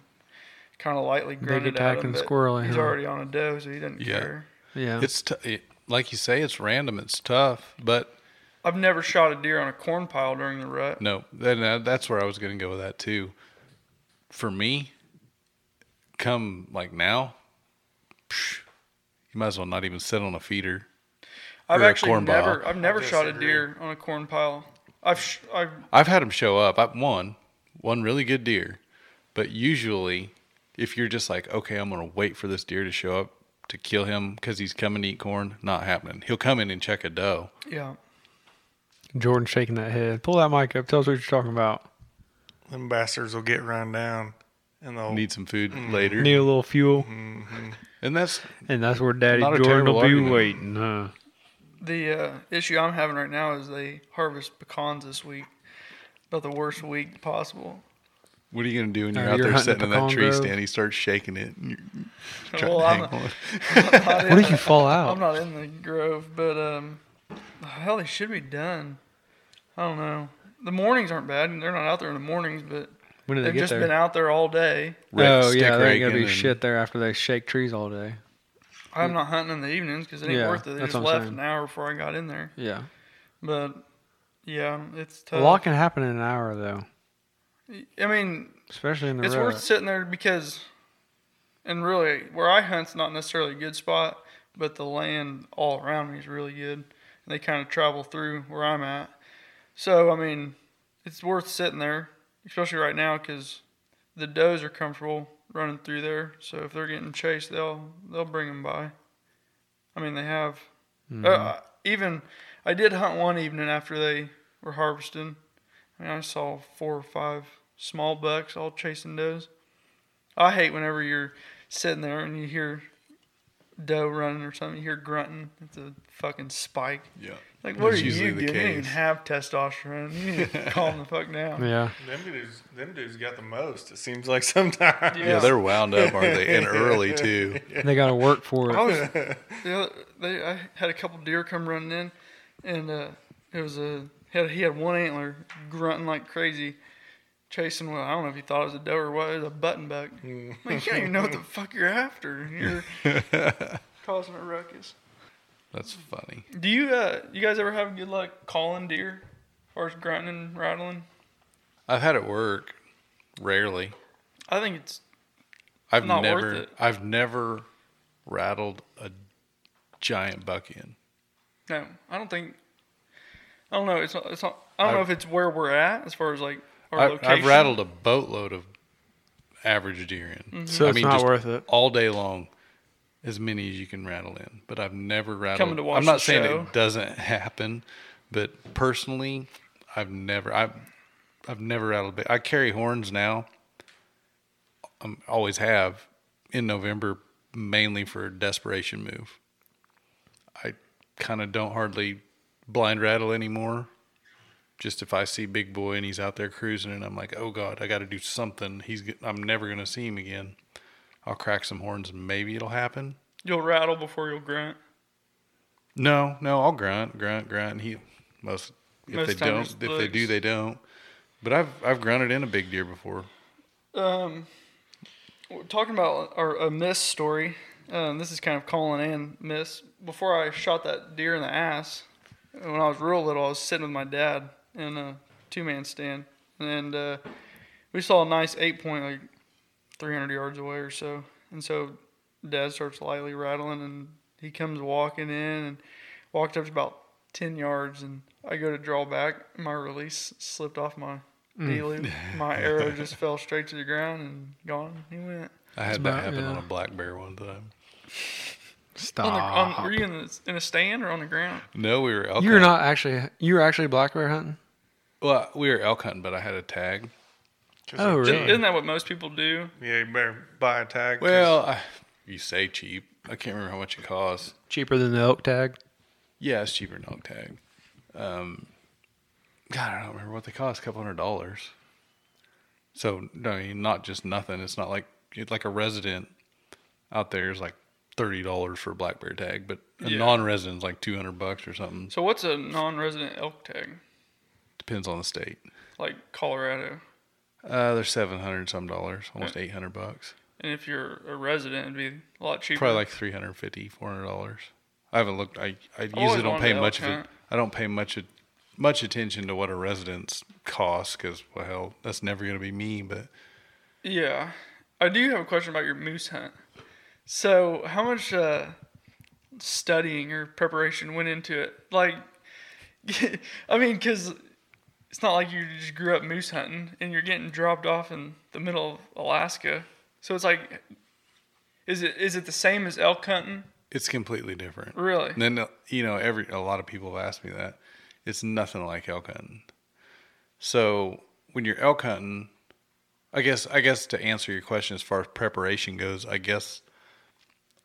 F: kind of lightly grunted at him.
E: attacking
F: but
E: squirrely,
F: He's
E: huh?
F: already on a doe, so he doesn't
D: Yeah.
F: care.
E: Yeah.
D: it's t- it, like you say, it's random. It's tough, but
F: I've never shot a deer on a corn pile during the rut.
D: no, then uh, that's where I was going to go with that too. For me, come like now, psh, you might as well not even sit on a feeder.
F: I've
D: Or a
F: actually
D: corn pile.
F: never, I've never
B: I
F: shot a
B: disagree.
F: deer on a corn pile. I've, sh- I've,
D: I've had them show up. I, one, one really good deer, but usually, if you're just like, okay, I'm gonna wait for this deer to show up to kill him because he's coming to eat corn, not happening. He'll come in and check a doe.
F: yeah,
E: Jordan shaking that head. Pull that mic up. Tell us what you're talking about.
B: Them bastards will get run down and they'll
D: Need some food
F: Mm-hmm.
D: later,
E: Need a little fuel,
D: and that's
E: and that's where Daddy
D: Not a
E: Jordan will
D: terrible
E: be
D: argument.
E: waiting, huh?
F: the uh, issue I'm having right now is they harvest pecans this week. About the worst week possible.
D: what are you gonna do when
E: Uh,
D: you're out
E: you're
D: there
E: hunting
D: sitting in that
E: pecan
D: tree
E: grove?
D: stand? He starts shaking it. And you're trying
F: Well,
D: to hang
F: I'm- [laughs]
D: on.
F: Not
E: What
F: in
E: if you
F: the-
E: fall out?
F: I'm not in the grove, but um, hell, they should be done. I don't know. The mornings aren't bad, and they're not out there in the mornings, but
E: when do they
F: they've
E: get
F: just
E: there?
F: been out there all day.
D: Rick,
E: oh
D: stick
E: yeah, there ain't gonna
D: raking
E: be
D: and-
E: shit there after they shake trees all day.
F: I'm not hunting in the evenings because it ain't
E: Yeah,
F: worth it. They
E: that's
F: just
E: what I'm
F: left
E: saying.
F: an hour before I got in there.
E: Yeah,
F: But yeah, it's
E: a
F: tough.
E: lot can happen in an hour though,
F: I mean,
E: especially in the
F: it's
E: rut.
F: worth sitting there because, and really, where I hunt's not necessarily a good spot, but the land all around me is really good, and they kind of travel through where I'm at. So I mean, it's worth sitting there, especially right now, because the does are comfortable running through there. So if they're getting chased, they'll they'll bring them by. I mean, they have.
E: Hmm.
F: Uh, even I did hunt one evening after they were harvesting. I mean, I saw four or five small bucks all chasing does. I hate whenever you're sitting there and you hear doe running or something. You hear grunting. It's a fucking spike.
D: Yeah.
F: Like, what
D: That's
F: are
D: usually
F: you
D: the
F: getting? You don't even
D: case.
F: have testosterone. You
D: [laughs]
F: need to calm the fuck down.
E: Yeah.
B: Them dudes, them dudes got the most. It seems like [laughs] sometimes.
D: Yeah, they're wound up, aren't they? And
F: [laughs]
D: early too.
E: They got to work for
F: I
E: it.
F: was, the other, they, I had a couple deer come running in, and uh, it was a had he had one antler grunting like crazy, chasing. Well, I don't know if he thought it was a doe or what. It was a button buck.
D: Hmm.
F: Like you don't even know what the fuck you're after. and You're
D: [laughs]
F: causing a ruckus.
D: That's funny.
F: Do you uh, you guys ever have good luck calling deer, as far as grunting and rattling?
D: I've had it work. Rarely.
F: I think it's
D: I've
F: Not worth
D: never.
F: it.
D: I've never rattled a giant buck in.
F: no. I don't think. I don't know. It's not. It's not. I don't know
D: I've-
F: if it's where we're at as far as like our
D: I,
F: location.
D: I've rattled a boatload of average deer in.
E: So
D: I
E: it's
D: mean,
E: not
D: just
E: worth it.
D: all day long, as many as you can rattle in. But I've never rattled.
F: Coming to watch
D: I'm not
F: the
D: saying
F: show.
D: it doesn't happen, but personally, I've never. I've I've never rattled. a bit. I carry horns now. i always have in November, mainly for a desperation move. I kind of don't hardly blind rattle anymore. Just if I see Big Boy and he's out there cruising, and I'm like, oh God, I got to do something. He's g- I'm never gonna see him again. I'll crack some horns and maybe it'll happen.
F: You'll rattle before you'll grunt.
D: No, no, I'll grunt, grunt, grunt. And he most if
F: Most
D: they
F: time he
D: don't,
F: just
D: if they
F: looks.
D: do, they don't. But I've I've grunted in a big deer before.
F: Um, we're talking about our a miss story. Um, this is kind of calling in miss. Before I shot that deer in the ass, when I was real little, I was sitting with my dad in a two man stand, and uh, we saw a nice eight point like 300 yards away or so. And so dad starts lightly rattling, and he comes walking in and walked up to about 10 yards, and I go to draw back. My release slipped off my D-loop. my arrow just fell straight to the ground and gone. He went.
D: I had
E: about-
D: that happen on
E: yeah.
D: a black bear one time.
F: On the, on,
E: Stop.
F: were you in, the, in a stand or on the ground?
D: No, we were elk.
E: You're
D: hunting.
E: not actually. You were actually black bear hunting.
D: Well, we were elk hunting, but I had a tag.
B: 'Cause
E: Oh,
B: it-
E: really?
F: Isn't that what most people do?
B: Yeah, you better buy a tag. 'cause
D: Well, I, you say cheap. I can't remember how much it cost.
E: Cheaper than the elk tag.
D: Yeah, it's cheaper than elk tag. Um, God, I don't remember what they cost. A couple hundred dollars. So no, I mean, not just nothing. It's not like it's like a resident out there is like thirty dollars for a black bear tag, but a
F: Yeah.
D: non-resident is like two hundred bucks or something.
F: So what's a non-resident elk tag?
D: Depends on the state.
F: Like Colorado.
D: Uh, they're seven hundred some dollars, almost eight hundred bucks.
F: And if you're a resident, it'd be a lot cheaper.
D: Probably like 350 400 dollars. I haven't looked. I, I usually
F: always
D: don't
F: wanted
D: pay
F: to
D: much of
F: elk
D: it.
F: hunt.
D: I don't pay much at- much attention to what a residence costs because well, hell, that's never going to be me. But
F: Yeah, I do have a question about your moose hunt. So, how much uh, studying or preparation went into it? Like, [laughs] I mean, because it's not like you just grew up moose hunting and you're getting dropped off in the middle of Alaska. So it's like, is it is it the same as elk hunting?
D: it's completely different.
F: Really?
D: And then uh, you know, every a lot of people have asked me that. It's nothing like elk hunting. So when you're elk hunting, I guess I guess to answer your question as far as preparation goes, I guess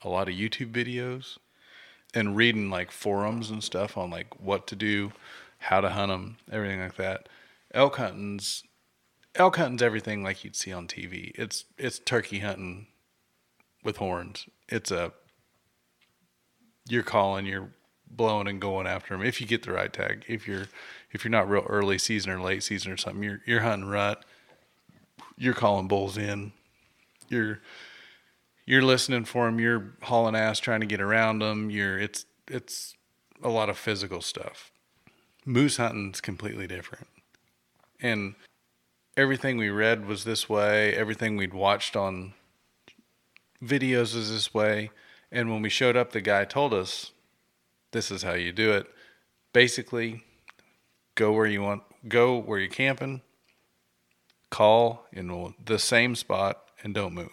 D: a lot of YouTube videos and reading like forums and stuff on like what to do, how to hunt them, everything like that. Elk hunting's elk hunting's everything like you'd see on TV. It's it's turkey hunting with horns. It's a you're calling, you're blowing and going after them. If you get the right tag, if you're if you're not real early season or late season or something, you're you're hunting rut. You're calling bulls in. You're you're listening for them. You're hauling ass trying to get around them. You're it's it's a lot of physical stuff. Moose hunting's completely different, and everything we read was this way. Everything we'd watched on videos was this way. And when we showed up, the guy told us, this is how you do it. Basically, go where you want, go where you're camping, call in the same spot, and don't move.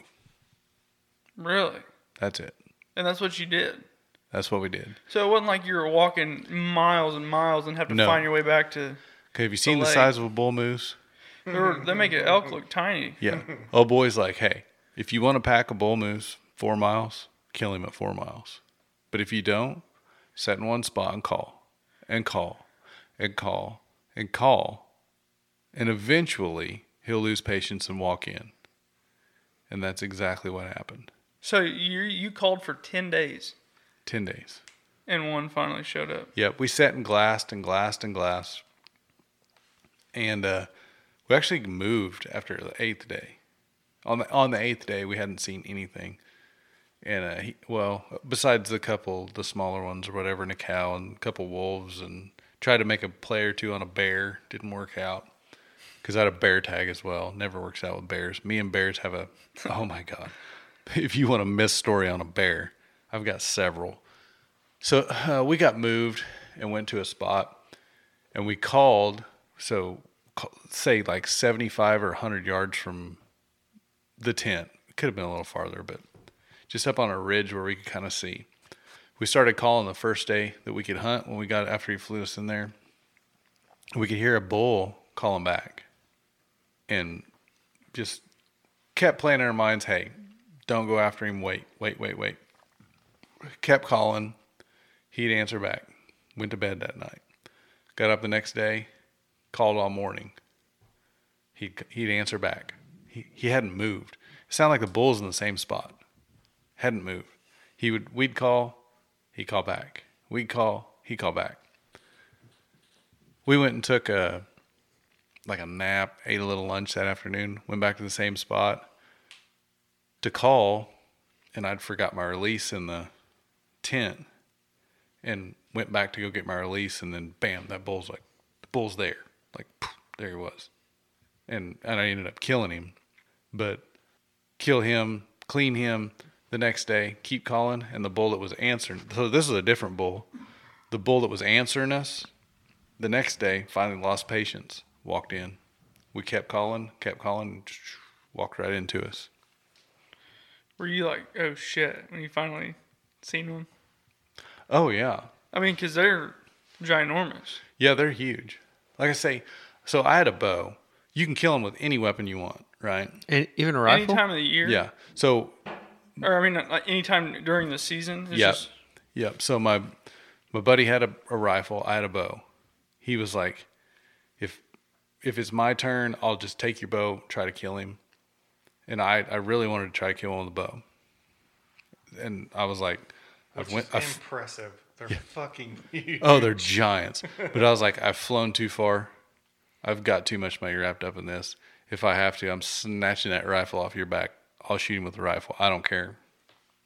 F: Really?
D: That's it.
F: And that's what you did.
D: That's what we did.
F: So it wasn't like you were walking miles and miles and have to
D: No.
F: find your way back to.
D: Okay, have you seen the
F: leg.
D: size of a bull moose?
F: they were- They make an elk look tiny.
D: Yeah. oh, boy's like, hey, if you want to pack a bull moose four miles, kill him at four miles. But if you don't, set in one spot and call. and call and call and call. And eventually he'll lose patience and walk in. And that's exactly what happened.
F: So you you called for ten days,
D: 10 days.
F: and one finally showed up.
D: Yep, we sat and glassed and glassed and glassed. And uh, we actually moved after the eighth day. On the on the eighth day, we hadn't seen anything. And uh, he, well, besides the couple, the smaller ones or whatever, and a cow and a couple wolves, and tried to make a play or two on a bear, didn't work out. Because I had a bear tag as well. Never works out with bears. Me and bears have a [laughs] oh my god. If you want a miss story on a bear, I've got several. So uh, we got moved and went to a spot, and we called. So ca- say like seventy-five or hundred yards from the tent. It could have been a little farther, but just up on a ridge where we could kind of see. We started calling the first day that we could hunt when we got after he flew us in there. We could hear a bull calling back, and just kept playing in our minds, "Hey, don't go after him. Wait, wait, wait, wait." Kept calling he'd answer back. Went to bed that night. Got up the next day, called all morning. He'd, he'd answer back. He, he hadn't moved. It sounded like the bull's in the same spot. Hadn't moved. He would we'd call, he'd call back. We'd call, he'd call back. We went and took a like a nap, ate a little lunch that afternoon, went back to the same spot to call, and I'd forgot my release in the tent and went back to go get my release and then bam that bull's like the bull's there like poof, there he was and and i ended up killing him but kill him clean him the next day keep calling and the bull that was answering so this is a different bull the bull that was answering us the next day finally lost patience walked in we kept calling kept calling walked right into us
F: Were you like, oh shit, when you finally seen one?
D: oh yeah
F: I mean, because they're ginormous.
D: Yeah, they're huge. Like I say, so I had a bow. You can kill them with any weapon you want, right?
E: And even a
F: Any
E: rifle.
F: time of the year,
D: Yeah. So
F: Or I mean, like any time during the season. It's
D: yep,
F: just-
D: yep. So my my buddy had a, a rifle. I had a bow. He was like, if if it's my turn, I'll just take your bow, try to kill him. And I I really wanted to try to kill him with a bow. And I was like,
B: Which
D: I went,
B: is
D: I f-
B: impressive. They're fucking huge.
D: Oh, they're giants. But I was like, I've flown too far. I've got too much money wrapped up in this. If I have to, I'm snatching that rifle off your back. I'll shoot him with the rifle. I don't care.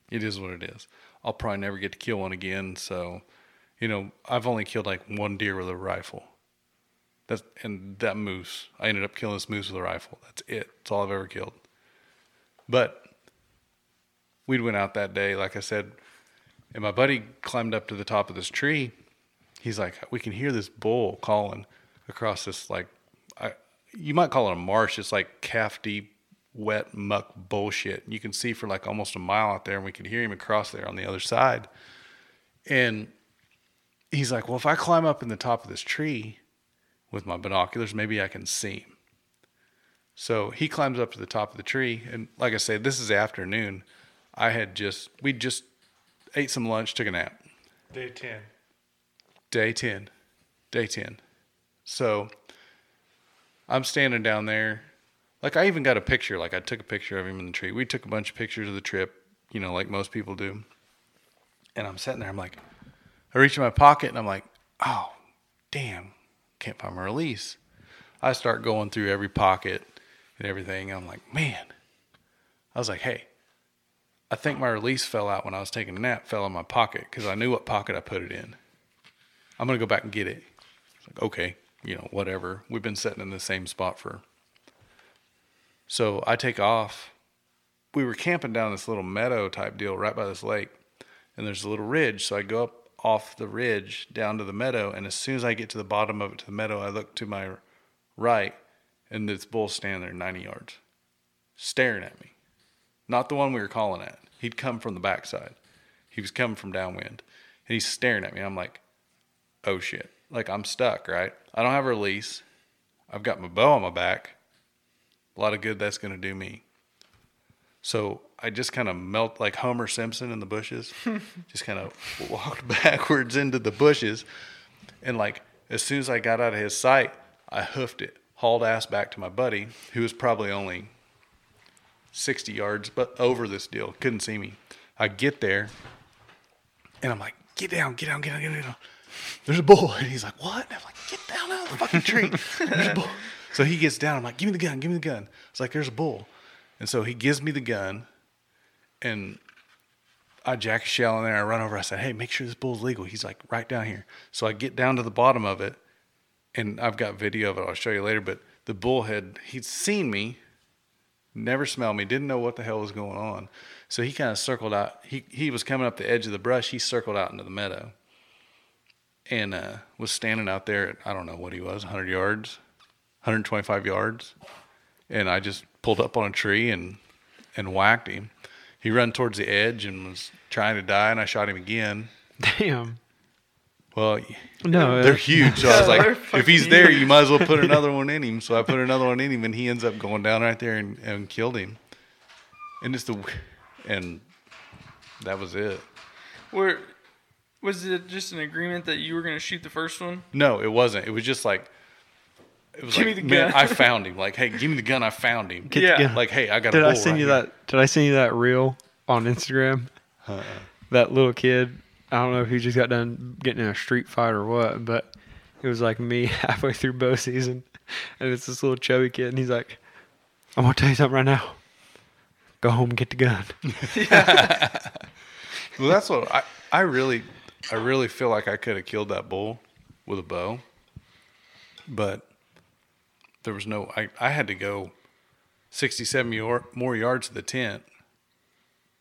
D: It is what it is. I'll probably never get to kill one again. So, you know, I've only killed like one deer with a rifle. That's and that moose. I ended up killing this moose with a rifle. That's it. That's all I've ever killed. But we went out that day, like I said, and my buddy climbed up to the top of this tree he's like, we can hear this bull calling across this like, I, you might call it a marsh. It's like calf deep, wet muck bullshit. You can see for like almost a mile out there, and we could hear him across there on the other side. And he's like, well, if I climb up in the top of this tree with my binoculars, maybe I can see him. So he climbs up to the top of the tree, and like I said, this is afternoon. I had just we just ate some lunch, took a nap
B: Day 10.
D: day 10 day 10 so i'm standing down there like i even got a picture like i took a picture of him in the tree we took a bunch of pictures of the trip you know like most people do and i'm sitting there i'm like i reach in my pocket and i'm like oh damn can't find my release i start going through every pocket and everything i'm like man i was like hey i think my release fell out when i was taking a nap fell in my pocket because i knew what pocket i put it in I'm gonna go back and get it. It's like, okay, you know, whatever. We've been sitting in the same spot for. So I take off. We were camping down this little meadow type deal right by this lake, and there's a little ridge. So I go up off the ridge down to the meadow, and as soon as I get to the bottom of it to the meadow, I look to my right, and this bull standing there 90 yards, staring at me. Not the one we were calling at. He'd come from the backside. He was coming from downwind, and he's staring at me. I'm like, oh shit, like I'm stuck, right? I don't have a release. I've got my bow on my back. A lot of good that's going to do me. So I just kind of melt like [laughs] Homer Simpson in the bushes, just kind of walked backwards into the bushes. And like as soon as I got out of his sight, I hoofed it, hauled ass back to my buddy, who was probably only 60 yards but over this deal. Couldn't see me. I get there and I'm like, get down, get down, get down, get down. There's a bull. [laughs] And he's like, what? And I'm like, get down out of the fucking tree. There's a bull. So he gets down. I'm like, give me the gun, give me the gun. It's like, there's a bull. And so he gives me the gun and I jack a shell in there. I run over. I said, hey, make sure this bull's legal. He's like, right down here. So I get down to the bottom of it and I've got video of it. I'll show you later. But the bull had, he'd seen me never smelled me, didn't know what the hell was going on. So he kind of circled out. He he was coming up the edge of the brush. He circled out into the meadow, and uh, was standing out there. At, I don't know what he was, 100 yards, 125 yards, and I just pulled up on a tree and and whacked him. He run towards the edge and was trying to die, and I shot him again.
E: Damn.
D: Well,
E: No,
D: they're
E: uh,
D: huge. So I was
F: Yeah,
D: like,
F: [laughs] they're
D: if
F: fucking
D: he's there, you might as well
F: [laughs]
D: put another one in him. So I put another one in him, and he ends up going down right there and, and killed him. And it's the, and that was it.
F: Where was it just an agreement that you were gonna shoot the first one?
D: No, it wasn't. It was just like, it was
F: Give
D: like,
F: me the
D: man,
F: gun."
D: I found him. Like, hey, give me the gun. I found him.
E: Get the
F: Yeah.
E: gun.
D: Like, hey, I got.
E: did
D: a
E: I
D: bull
E: send
D: right
E: you
D: here."
E: that? Did I send you that reel on Instagram? That little kid. I don't know if he just got done getting in a street fight or what, but it was like me [laughs] halfway through bow season, and it's this little chubby kid, and he's like, "I'm gonna tell you something right now. Go home and get the gun."
D: Well, that's what I, I really, I really feel like I could have killed that bull with a bow, but there was no, I, I had to go 67 yor- more yards to the tent.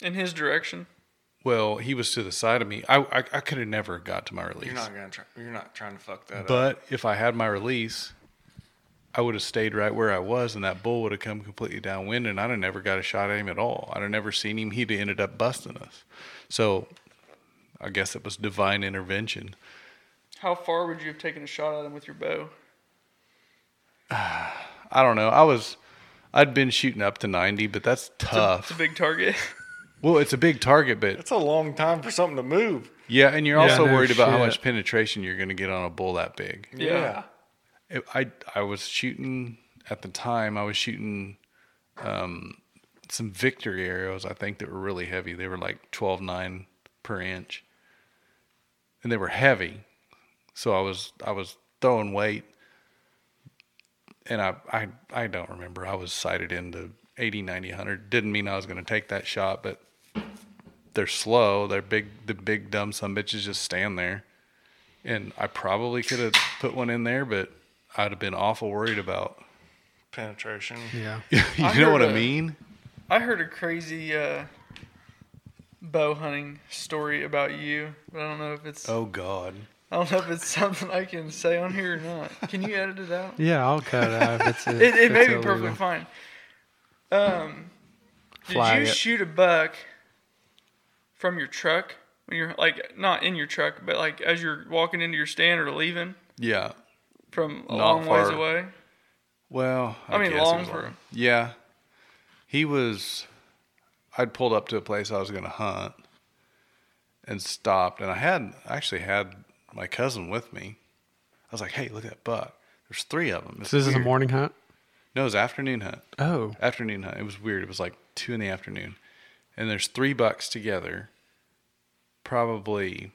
F: In his direction.
D: Well, he was to the side of me. I, I, I could have never got to my release.
B: You're not gonna try. You're not trying to fuck that up.
D: but if I had my release, I would have stayed right where I was, and that bull would have come completely downwind, and I'd have never got a shot at him at all. I'd have never seen him. He'd have ended up busting us. So I guess it was divine intervention.
F: How far would you have taken a shot at him with your bow?
D: I don't know. I was, I'd been shooting up to 90, but that's
F: It's
D: tough.
F: a big target. [laughs]
D: well, it's a big target, but
B: It's a long time for something to move.
D: yeah, and you're
E: Yeah,
D: also
E: no
D: worried about how
E: shit.
D: much penetration you're going to get on a bull that big.
F: Yeah.
D: It- I I was shooting at the time. I was shooting um, some victory arrows. I think that were really heavy. They were like 12 9 per inch, and they were heavy. So I was I was throwing weight, and I I I don't remember. I was sighted into 80, 90, 100. Didn't mean I was going to take that shot, but they're slow. They're big. The big dumb some bitches just stand there and I probably could have put one in there, but I'd have been awful worried about.
B: Penetration.
E: Yeah.
D: [laughs] you
F: I
D: know
F: heard
D: what I
F: a-
D: mean?
F: I heard a crazy uh, bow hunting story about you, but I don't know if it's
D: Oh God!
F: I don't know if it's something I can say on here or not. Can you edit
D: [laughs]
F: it out?
E: [laughs] Yeah, I'll cut [laughs] it out. If it's
F: It, it may
E: it's
F: be
E: illegal.
F: perfectly fine. Um, did
E: Flag
F: you
E: it.
F: shoot a buck from your truck when you're like not in your truck, but like as you're walking into your stand or leaving
D: Yeah.
F: from a
D: Not
F: long ways
D: far.
F: away?
D: Well,
F: I mean,
D: guess it
F: long
D: was
F: for-
D: Yeah, he was. I'd pulled up to a place I was going to hunt, and stopped. And I had I actually had my cousin with me. I was like, "Hey, look at that buck! There's three of them."
E: So this is a morning hunt.
D: No, it was afternoon hunt.
E: Oh,
D: afternoon hunt. It was weird. It was like two in the afternoon, and there's three bucks together. Probably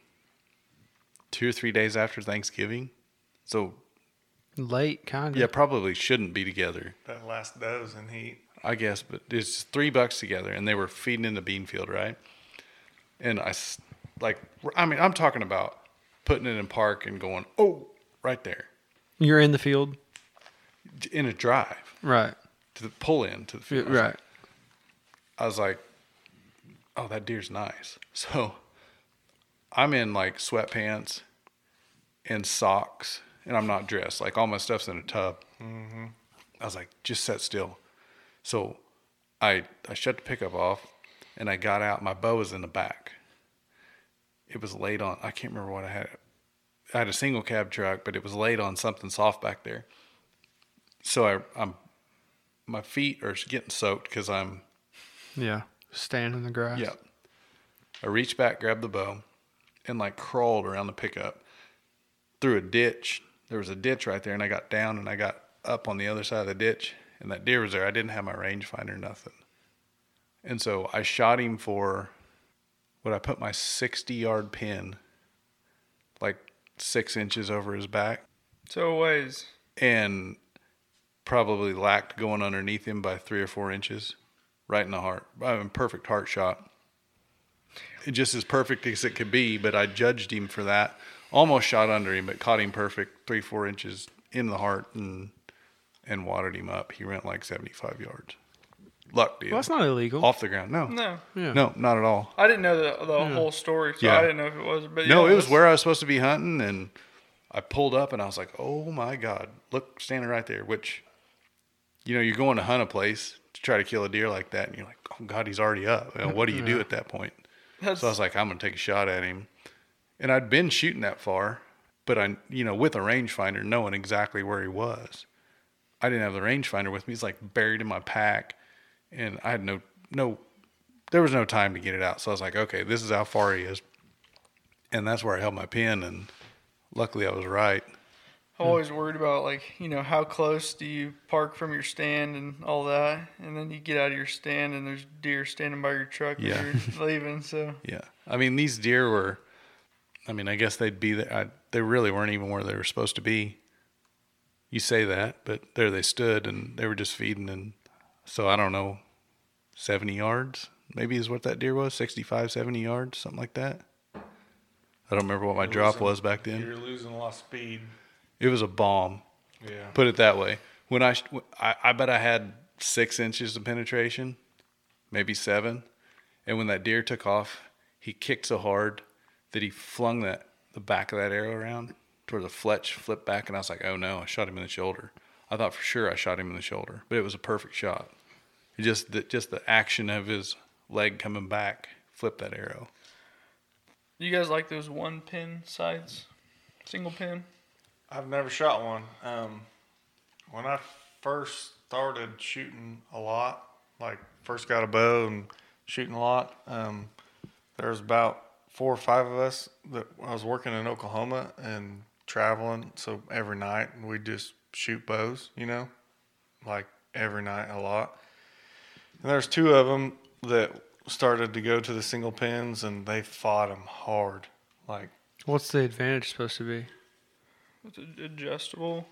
D: two or three days after Thanksgiving, so
E: late kind of.
D: yeah, probably shouldn't be together.
B: That last doze and heat.
D: I guess, but it's just three bucks together, and they were feeding in the bean field, right? And I, s- like, I mean, I'm talking about putting it in park and going, oh, right there
E: You're in the field.
D: in a drive
E: Right.
D: to the pull in to the
E: Yeah,
D: field. I was like,
E: Right.
D: I was like, oh, that deer's nice. [laughs] So I'm in like sweatpants and socks, and I'm not dressed. Like all my stuff's in a tub. I was like, just sit still. So I, I shut the pickup off and I got out. My bow was in the back. It was laid on, I can't remember what I had. I had a single cab truck, but it was laid on something soft back there. So I, I'm, my feet are getting soaked because I'm
E: Yeah. Stand in the grass.
D: Yep. I reached back, grabbed the bow, and like crawled around the pickup. through a ditch. There was a ditch right there, and I got down and I got up on the other side of the ditch, and that deer was there. I didn't have my rangefinder, nothing. And so I shot him for what I put my 60 yard pin like six inches over his back
F: So ways.
D: and probably lacked going underneath him by three or four inches, right in the heart. I mean, perfect heart shot. It just as perfect as it could be, but I judged him for that. Almost shot under him, but caught him perfect, three, four inches in the heart and and watered him up. He went like 75 yards. Luck deal.
E: Well, that's not illegal.
D: Off the ground. No. No,
F: No,
E: yeah.
D: not at all.
F: I didn't know the, the whole story, so
D: Yeah.
F: I didn't know if it was. But
D: No,
F: yeah,
D: it was
F: that's-
D: where I was supposed to be hunting, and I pulled up and I was like, "Oh my god, look, standing right there." Which, you know, you're going to hunt a place to try to kill a deer like that, and you're like, "Oh god, he's already up." And what do you do at that point?
F: That's,
D: So I was like, "I'm gonna take a shot at him," and I'd been shooting that far, but I, you know, with a rangefinder, knowing exactly where he was, I didn't have the rangefinder with me. He's like buried in my pack, and I had no no. There was no time to get it out, so I was like, "Okay, this is how far he is." and that's where I held my pin. And luckily, I was right.
F: I'm always worried about like you know how close do you park from your stand and all that, and then you get out of your stand and there's deer standing by your truck when
D: Yeah. [laughs]
F: you're leaving. So
D: Yeah, I mean these deer were. I mean, I guess they'd be there. I, they really weren't even where they were supposed to be. You say that, but there they stood, and they were just feeding. And so I don't know, seventy yards maybe is what that deer was 65 70 yards something like that i don't remember what my drop was back then
B: You're losing a lot of speed.
D: it was a bomb
B: Yeah.
D: Put it that way. When I, sh- I, I bet I had six inches of penetration, maybe seven. And when that deer took off, he kicked so hard that he flung that the back of that arrow around toward the fletch, flipped back, and I was like, oh no, I shot him in the shoulder. I thought for sure I shot him in the shoulder, but it was a perfect shot. It just the, just the action of his leg coming back flipped that arrow.
F: you guys like those one pin sights, single pin?
B: I've never shot one. Um, when I first started shooting a lot, like first got a bow and shooting a lot, um, there was about four or five of us that I was working in Oklahoma and traveling. So every night we just shoot bows, you know, like every night a lot. And there's two of them that started to go to the single pins and they fought them hard. Like,
E: What's the advantage supposed to be?
F: It's a- adjustable.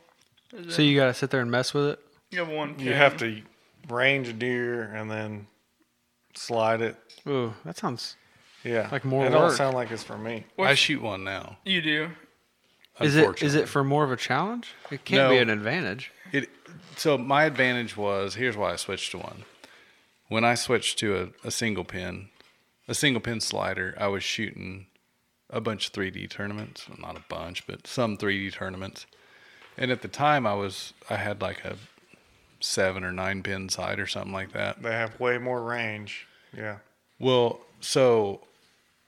F: Is
E: So
F: it-
E: you gotta sit there and mess with it.
F: you have one. Pin.
B: You have to range a deer and then slide it.
E: Ooh, that sounds.
B: Yeah,
E: Like more
B: It don't
E: work.
B: sound like it's for me.
D: I
F: What's-
D: shoot one now.
F: You do.
E: Is it is
D: unfortunately.
E: it for more of a challenge? It can't be
D: No.
E: an advantage.
D: It so my advantage was here's why I switched to one. When I switched to a, a single pin, a single pin slider, I was shooting a bunch of 3D tournaments, Well, not a bunch, but some 3D tournaments. And at the time, I was I had like a seven or nine pin side or something like that.
B: They have way more range. Yeah,
D: Well, so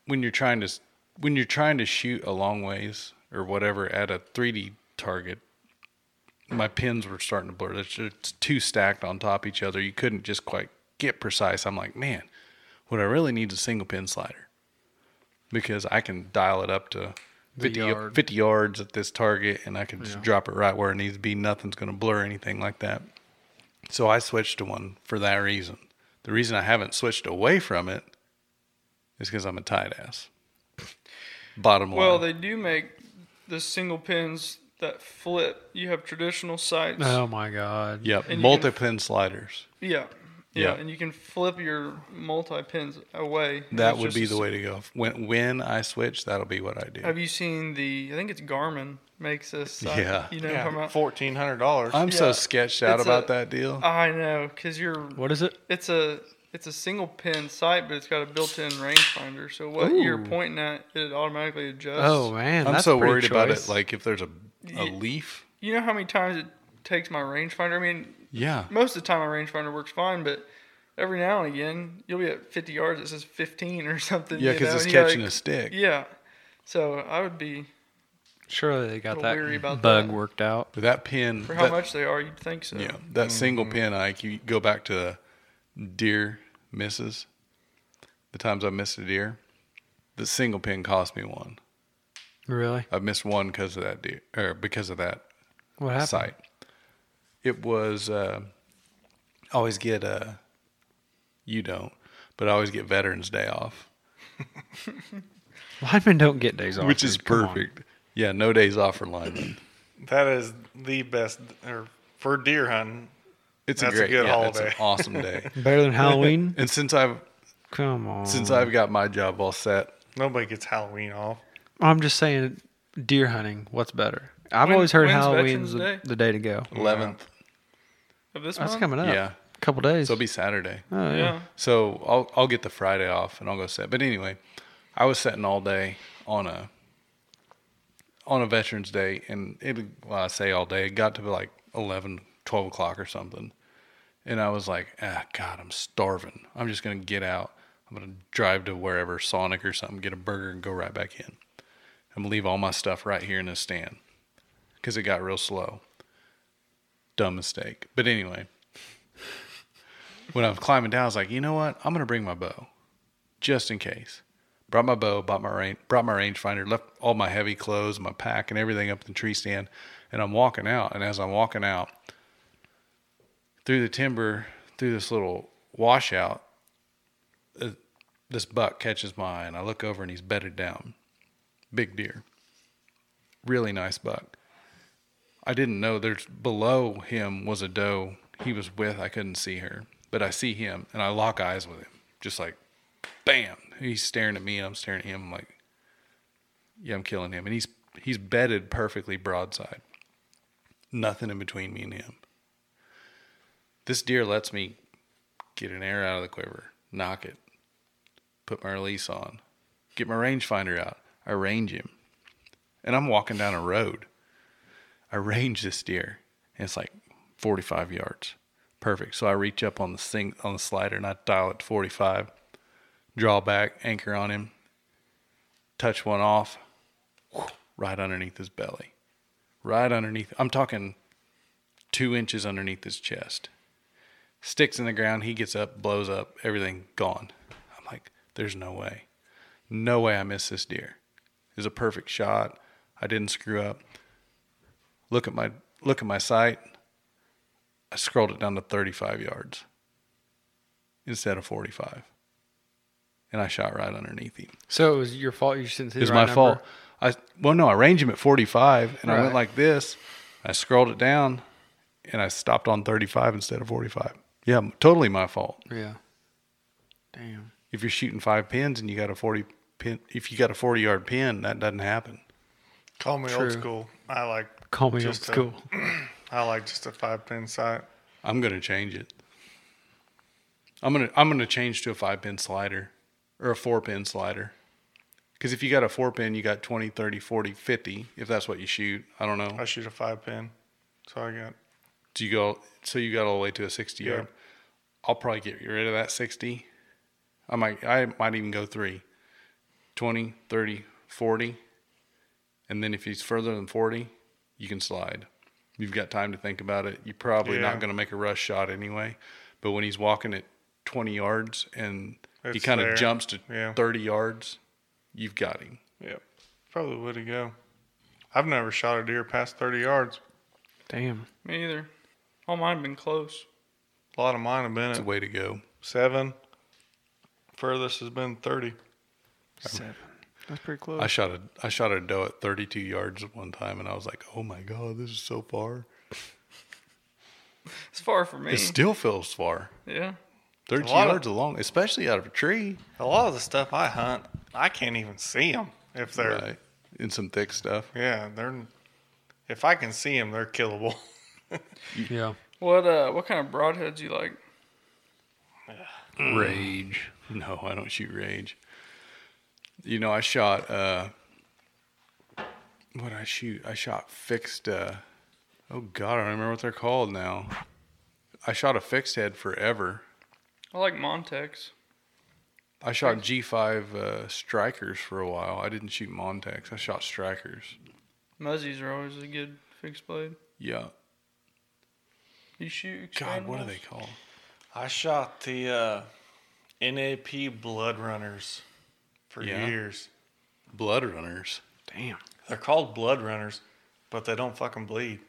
D: when you're trying to s- when you're trying to shoot a long ways or whatever at a 3D target, my pins were starting to blur. It's it's too stacked on top of each other. You couldn't just quite get precise. I'm like, man, what I really need is a single pin slider because I can dial it up to 50, y-
E: yard.
D: 50 yards at this target and I can just drop it right where it needs to be. Nothing's going to blur anything like that. So I switched to one for that reason. The reason I haven't switched away from it is because I'm a tight ass. Bottom line.
F: Well, they do make the single pins that flip. You have traditional sights.
E: Oh my god.
D: yep.
F: and you
D: Multi pin sliders.
F: Yeah.
D: Yeah.
F: Yeah, and you can flip your multi pins away.
D: That
F: It's
D: would
F: just
D: be
F: a
D: the way to go. When when I switch, that'll be what I do.
F: Have you seen the? I think it's Garmin makes this. site,
D: Yeah.
F: You know,
B: yeah,
F: come out.
B: fourteen hundred dollars.
D: I'm so
F: Yeah.
D: sketched out
F: It's
D: about
F: a- Oh,
D: that deal.
F: I know, cause you're.
E: What is it?
F: It's a it's a single pin sight, but it's got a built-in rangefinder. So what you're
E: Ooh.
F: pointing at, it automatically adjusts.
E: Oh man,
D: I'm
E: that's
D: so
E: pretty
D: worried about it.
E: choice.
D: Like if there's a a
F: Ye-
D: leaf.
F: You know how many times it takes my rangefinder? I mean,
D: Yeah.
F: most of the time my rangefinder works fine, but every now and again you'll be at 50 yards. It says 15 or something.
D: Yeah,
F: you
D: because
F: know,
D: it's
F: and you're
D: catching a
F: like-
D: stick.
F: Yeah. So I would be
E: surely they got
F: Little weary
E: that
F: about
E: bug
F: that.
E: worked out.
D: But that pin.
F: for how
D: that-
F: much Mm-hmm. they are. You'd think so.
D: Yeah, that single pin, Ike. You go back to the deer misses. The times I missed a deer, the single pin cost me one.
E: Really?
D: I've missed one because of that deer, or because of that
E: What happened?
D: site. It was uh, I always get uh, you don't, but I always get Veterans Day off,
E: Linemen don't get days off.
D: which is
E: dude. Come on.
D: perfect. Yeah, no days off for linemen.
B: That is the best or for deer hunting.
D: It's
B: That's
D: a
B: a
D: great,
B: good
D: yeah, it's an [laughs]
B: holiday.
D: awesome day.
E: Better
D: [laughs]
E: than Halloween?
D: and since I've
E: Come on.
D: since I've got my job all set,
B: Nobody gets Halloween off.
E: I'm just saying, deer hunting. What's better? I've
F: When-
E: always heard
F: when's
E: Halloween's
F: Veterans
E: the,
F: Day?
E: the day to go.
D: eleventh.
F: Of this
E: That's
F: month?
E: coming up.
D: Uh-huh. Yeah.
E: a couple days.
D: So it'll be Saturday.
E: oh, yeah.
F: Yeah.
D: So I'll I'll get the Friday off and I'll go set. But anyway, I was setting all day on a on a Veterans Day, and it well, I say all day. It got to be like 11, 12 o'clock or something, and I was like, ah, God, I'm starving. I'm just gonna get out. I'm gonna drive to wherever Sonic or something, get a burger, and go right back in. I'm gonna leave all my stuff right here in this stand because it got real slow. Dumb mistake. But anyway, when I was climbing down, I was like, you know what? I'm gonna bring my bow, just in case. Brought my bow, bought my range, brought my rangefinder, left all my heavy clothes, my pack, and everything up in the tree stand, and I'm walking out. And as I'm walking out through the timber, through this little washout, uh, this buck catches my eye, and I look over, and he's bedded down, big deer, really nice buck. I didn't know there's below him was a doe he was with. I couldn't see her, but I see him and I lock eyes with him. Just like, bam! He's staring at me and I'm staring at him. I'm like, yeah, I'm killing him. And he's he's bedded perfectly broadside. Nothing in between me and him. This deer lets me get an arrow out of the quiver, knock it, put my release on, get my rangefinder out. I range him, and I'm walking down a road. I range this deer, and it's like 45 yards, perfect. So I reach up on the sing on the slider and I dial it to 45, draw back, anchor on him, touch one off, whew, right underneath his belly, right underneath. I'm talking two inches underneath his chest. Sticks in the ground. He gets up, blows up, everything gone. I'm like, there's no way, no way I miss this deer. It was a perfect shot. I didn't screw up look at my look at my site. I scrolled it down to 35 yards instead of 45, and I shot right underneath him.
E: So it was your fault. You just didn't see
D: It's
E: the
D: my
E: right
D: fault.
E: number?
D: I well no, I ranged him at 45, and I went
E: Right.
D: like this. I scrolled it down, and I stopped on 35 instead of 45. Yeah, m- totally my fault.
E: Yeah. Damn.
D: If you're shooting five pins and you got a 40 pin, if you got a 40 yard pin, that doesn't happen.
B: Call me
E: True.
B: old school. I like
E: Call me old
B: Just a-
E: school.
B: [clears throat] I like just a five pin sight.
D: I'm gonna change it. I'm gonna I'm gonna change to a five pin slider or a four pin slider. Because if you got a four pin, you got 20, 30, 40, 50, if that's what you shoot. I don't know.
B: I shoot a five pin. So I got
D: Do you go so you got all the way to a sixty yard? I'll probably get rid of that sixty. I might I might even go three. 20, 30, 40. And then if he's further than forty, you can slide. You've got time to think about it. You're probably
B: Yeah.
D: not gonna make a rush shot anyway. But when he's walking at twenty yards and he
B: It's
D: kind
B: there.
D: of jumps to
B: Yeah.
D: thirty yards, you've got him.
B: Yep. Probably the way to go. I've never shot a deer past 30 yards.
E: Damn.
F: Me either. All mine have been close.
B: A lot of mine have been
D: It's a
B: at
D: way to go.
B: seven. Furthest has been 30.
E: Seven. That's pretty close.
D: I shot a I shot a doe at 32 yards at one time, and I was like, "Oh my god, this is so far."
F: It's far for me.
D: It still feels far.
F: yeah.
D: 30
B: Mm. lot of-
D: yards along, especially out of a tree.
B: A lot of the stuff I hunt, I can't even see them if they're.
D: Right. In some thick stuff.
B: Yeah, they're. If I can see them, they're killable. [laughs]
E: yeah.
F: What uh? What kind of broadheads you like?
B: Mm.
D: Rage. No, I don't shoot rage. You know, I shot uh what I shoot? I shot fixed uh oh god, I don't remember what they're called now. I shot a fixed head forever.
F: I like Montex.
D: I shot G5 uh, strikers for a while. I didn't shoot Montex. I shot strikers.
F: Muzzies are always a good fixed blade.
D: Yeah.
F: You shoot.
D: God, what are
F: expandables?
D: they called?
B: I shot the uh, NAP Blood Runners for
D: Yeah.
B: years.
D: Blood runners.
E: Damn.
B: They're called blood runners, but they don't fucking bleed.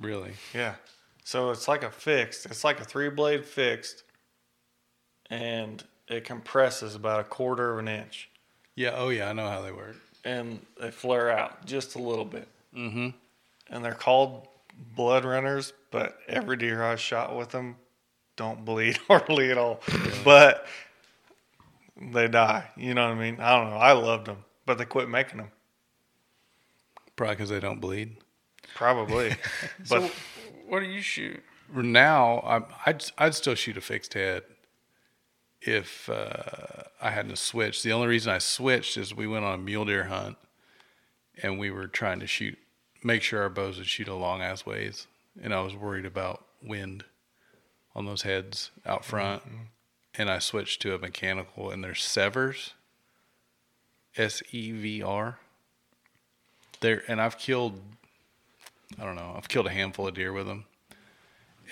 D: Really?
B: Yeah. So it's like a fixed. It's like a three blade fixed, and it compresses about a quarter of an inch,
D: Yeah. Oh yeah, I know how they work.
B: and they flare out just a little bit.
D: Mm-hmm.
B: And they're called blood runners, but every deer I shot with them don't bleed [laughs] hardly at all. But they die. You know what I mean? I don't know. I loved them, but they quit making them.
D: Probably because they don't bleed. [laughs]
B: Probably. but
F: What do you shoot?
D: Now I'm, I'd I'd still shoot a fixed head if uh, I hadn't switched. The only reason I switched is we went on a mule deer hunt, and we were trying to shoot, make sure our bows would shoot a long ass ways, and I was worried about wind on those heads out front, and I switched to a mechanical, and they're severs. S E V R. There and I've killed I don't know, I've killed a handful of deer with them.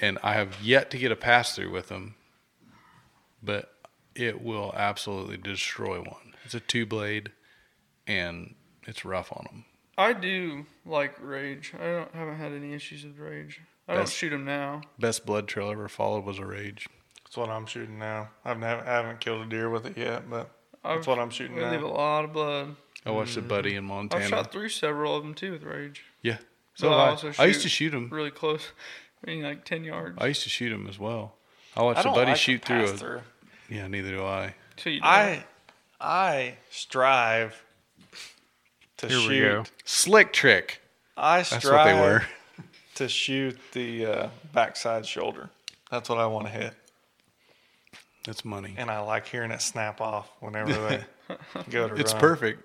D: And I have yet to get a pass through with them. But it will absolutely destroy one. It's a two blade and it's rough on them.
F: I do like rage. I don't haven't had any issues with rage. I don't
D: That's-
F: shoot them now.
D: Best blood trail I ever followed was a rage.
B: that's what I'm shooting now. I've never, I haven't killed a deer with it yet, but
F: I've,
B: that's what I'm shooting
F: we leave a
B: now.
F: lot of blood.
D: I watched a buddy in Montana.
F: Mm. I've shot through several of them too with rage.
D: yeah.
F: but
D: So
F: I
D: I,
F: also
D: I used
F: shoot
D: to shoot them.
F: Really close, [laughs] I mean like ten yards.
D: I used to shoot them as well. I watched a buddy shoot through a Yeah, neither do I.
F: Till you die.
B: I I strive to
E: Here
B: shoot.
E: we go.
D: Slick trick.
B: I
D: That's
B: strive
D: what they were. [laughs]
B: to shoot the uh, backside shoulder. That's what I want to hit,
D: That's money.
B: and I like hearing it snap off whenever [laughs] they go to
D: It's
B: run.
D: perfect.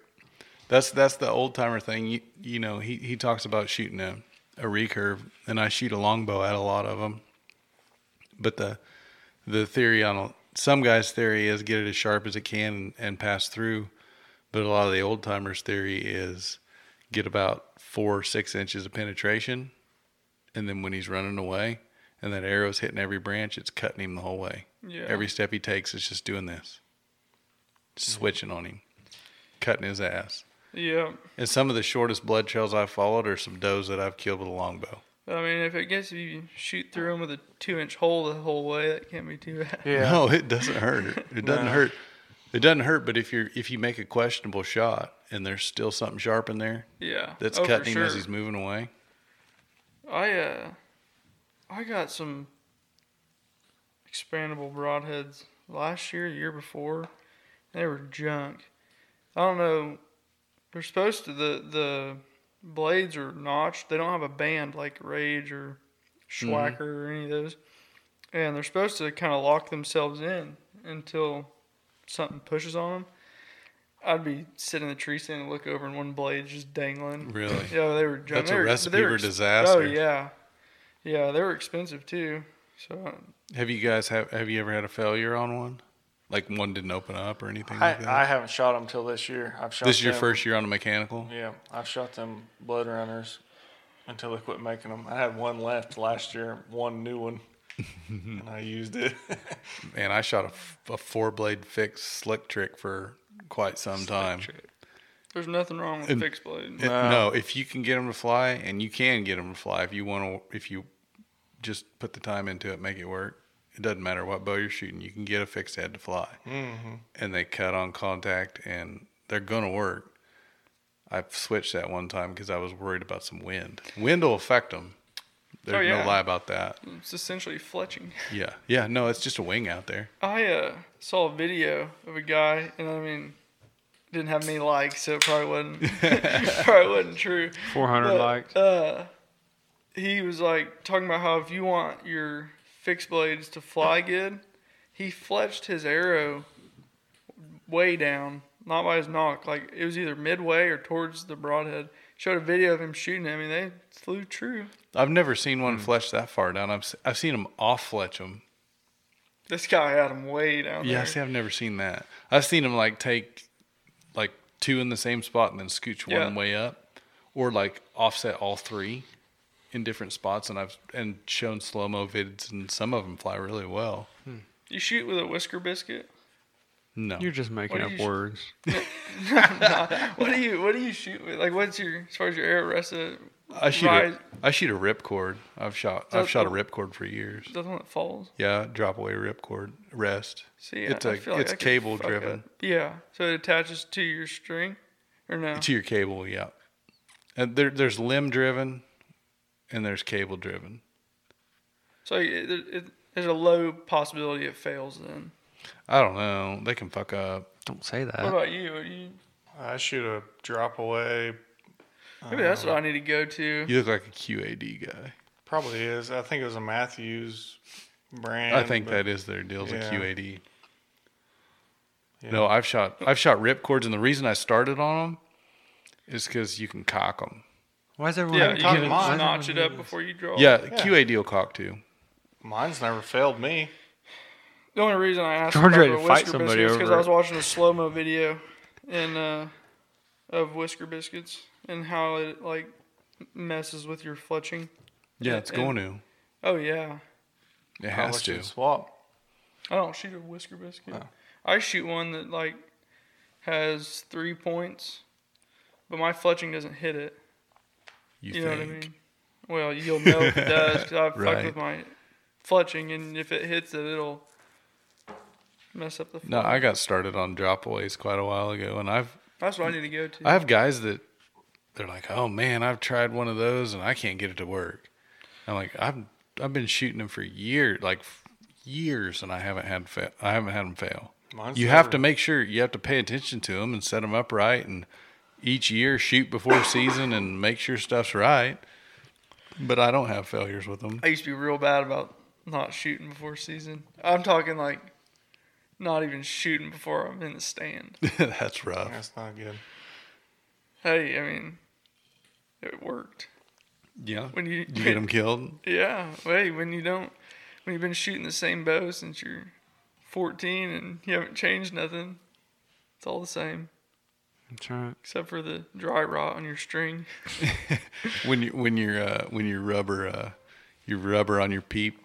D: That's that's the old timer thing. You, you know, he, he talks about shooting a, a recurve, and I shoot a longbow at a lot of them. But the the theory on a- some guys' theory is get it as sharp as it can and, and pass through. But a lot of the old timers' theory is get about four six inches of penetration, and then when he's running away and that arrow's hitting every branch, it's cutting him the whole way.
F: Yeah.
D: Every step he takes, it's just doing this, switching on him, cutting his ass.
F: yeah.
D: And some of the shortest blood trails I've followed are some does that I've killed with a longbow.
F: I mean, if it gets you shoot through them with a two-inch hole the whole way, that can't be too bad. [laughs]
B: Yeah.
D: No, it doesn't hurt. It doesn't
B: No.
D: hurt. It doesn't hurt. But if you're if you make a questionable shot and there's still something sharp in there
F: Yeah,
D: that's
F: oh, for
D: cutting him as
F: sure.
D: he's moving away,
F: I uh, I got some expandable broadheads last year, the year before. They were junk. I don't know. They're supposed to the the blades are notched. They don't have a band like Rage or Schwacker or any of those, and they're supposed to kind of lock themselves in until something pushes on them. I'd be sitting in the tree stand and look over, and one blade's just dangling.
D: really,
F: Yeah, they were. junk.
D: That's a
F: They were-
D: recipe
F: they were
D: for
F: ex-
D: disaster.
F: Oh yeah, yeah, they were expensive too. So
D: have you guys have have you ever had a failure on one? Like one didn't open up or anything like that.
B: I, I haven't shot them till this year. I've shot
D: this is your
B: them-
D: first year on a mechanical.
B: Yeah, I've shot them blood runners until they quit making them. I had one left last year, one
D: [laughs]
B: new one, and I used it. [laughs]
D: Man, I shot a f- a, four blade fixed slick trick for quite some time.
F: there's nothing wrong with
D: And-
F: fixed blade.
D: It-
B: No.
D: no, if you can get them to fly, and you can get them to fly if you want to, if you just put the time into it, make it work. It doesn't matter what bow you're shooting, you can get a fixed head to fly, and they cut on contact, and they're gonna work. I switched that one time because I was worried about some wind. Wind will affect them. There's
F: yeah.
D: no lie about that.
F: It's essentially fletching.
D: Yeah, yeah. No, it's just a wing out there.
F: I uh, saw a video of a guy, and I mean, didn't have many likes, so it probably wasn't [laughs] probably wasn't true.
E: 400
F: But,
E: likes.
F: Uh, he was like talking about how if you want your fixed blades to fly good, he fletched his arrow way down, not by his knock. Like it was either midway or towards the broadhead. Showed a video of him shooting. it. I mean, they flew true.
D: I've never seen one fletch that far down. I've s- I've seen them off fletch them,
F: This guy had him way down
D: Yeah,
F: there.
D: see, I've never seen that. I've seen them like take like two in the same spot and then scooch
F: Yeah.
D: one way up, or like offset all three in different spots. And I've and shown slow mo vids, and some of them fly really well.
F: You shoot with a whisker biscuit.
D: No.
E: You're just making
F: What do
E: up
F: you-
E: words.
F: What do you What do you shoot with? Like, what's your as far as your arrow rest? uh,
D: I shoot.
F: Right. Oh,
D: A, I shoot a ripcord. I've shot.
F: So-
D: I've shot a ripcord for years.
F: The one that falls.
D: Yeah, drop away ripcord rest.
F: See, I-
D: it's
F: I
D: a
F: feel like
D: it's
F: I could
D: cable
F: fuck
D: driven
F: up. Yeah, so it attaches to your string, or no?
D: to your cable. Yeah, and there, there's limb driven, and there's cable driven.
F: So it, it, it, there's a low possibility it fails. Then
D: I don't know. They can fuck up.
E: Don't say
F: what
E: that.
F: about you? Are you
B: I shoot a drop away.
F: maybe that's what I need to go to.
D: You look like a QAD guy.
B: Probably is. I think it was a Matthews brand.
D: I think
B: but
D: that is their deal. Is
B: yeah.
D: a QAD.
B: Yeah.
D: No, I've shot. I've shot ripcords, and the reason I started on them is because you can cock them.
E: Why is everyone?
F: Yeah, you
E: giving-
B: talk
F: can
E: why is
B: mine.
F: notch it
E: everyone
F: up before you
B: Oh,
F: draw.
D: yeah, QAD will cock too.
B: Mine's never failed me.
F: The only reason I asked
E: George
F: about
E: ready
F: the
E: to fight
F: Whisker
E: somebody
F: biscuits because
E: over
F: I was
E: it.
F: watching a slow mo video, and uh, of Whisker biscuits and how it like messes with your fletching.
D: Yeah, it's
F: And-
D: going to.
F: Oh yeah,
D: It
B: I
D: has
B: wish
D: to.
B: it'd swap.
F: I don't shoot a whisker biscuit.
E: Oh.
F: I shoot one that like has three points, but my fletching doesn't hit it.
D: You,
F: You, know
D: think?
F: what I mean? Well, you'll know if it does
D: [laughs]
F: because I've fucked
D: Right.
F: with my fletching, and if it hits it, it'll mess up the.
D: No,
F: fletch.
D: I got started on dropaways quite a while ago, and I've
F: that's what I need to go to.
D: I have guys that they're like, "Oh man, I've tried one of those and I can't get it to work." I'm like, "I've I've been shooting them for years, like f- years, and I haven't had fa- I haven't had them fail."
B: Mine's
D: you have
B: never-
D: to make sure you have to pay attention to them and set them up right, and each year shoot before season and make sure stuff's right. But I don't have failures with them.
F: I used to be real bad about not shooting before season. I'm talking like not even shooting before I'm in
D: [laughs]
F: the stand.
D: [laughs] That's rough.
B: That's not good.
F: hey, I mean, it worked.
D: Yeah,
F: When you-
D: you get them killed.
F: Yeah, wait, when you don't, when you've been shooting the same bow since you're 14 and you haven't changed nothing, it's all the same
E: That's right.
F: except for the dry rot on your string.
D: when you when your uh, when your rubber uh, your rubber on your peep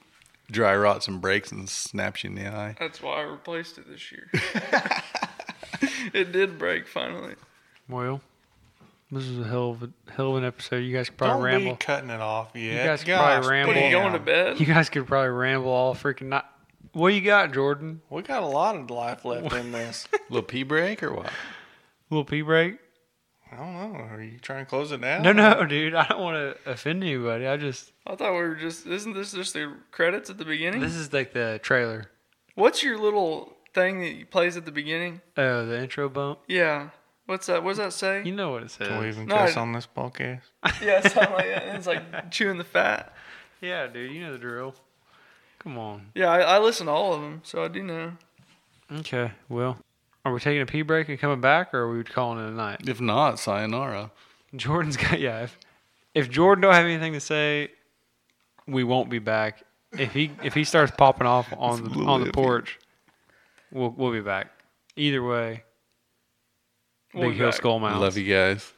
D: dry rots and breaks and snaps you in the eye.
F: That's why I replaced it this
E: [laughs]
F: year. it did break finally.
E: Well, this is a hell of a hell of an episode. You guys could probably
B: Don't
E: ramble.
B: be cutting it off yet.
E: guys could probably ramble.
F: What are you
E: Yeah.
F: going to bed?
E: You guys could probably ramble all freaking night. What you got, Jordan?
B: We got a lot of life left [laughs] in this.
D: Little pee break or what?
E: Little pee break?
B: I don't know. Are you trying to close it down?
E: No,
F: Uh,
E: no, dude. I don't want to offend anybody. I just
F: I thought we were just. Isn't this just the credits at the beginning?
E: this is like the trailer.
F: What's your little thing that you plays at the beginning?
E: Oh, the intro bump.
F: Yeah. What's that? What does that say?
E: You know what it says?
B: Can we even
F: No,
B: cuss
F: I-
B: on this podcast?
F: yeah, something like that. It's like chewing the fat.
E: Yeah, dude. You know the drill. Come on.
F: Yeah, I, I listen to all of them, so I do know.
E: Okay. Well, are we taking a pee break and coming back, or are we calling it a night?
D: If not, sayonara.
E: Jordan's got yeah. If, if Jordan don't have anything to say, we won't be back. If he if he starts popping
F: [laughs]
E: off on the on the
D: Lily.
E: porch, we'll we'll be back. Either way,
F: We'll
E: Big
F: be
E: Hill
F: back.
E: Skull Mounds.
D: Love you guys.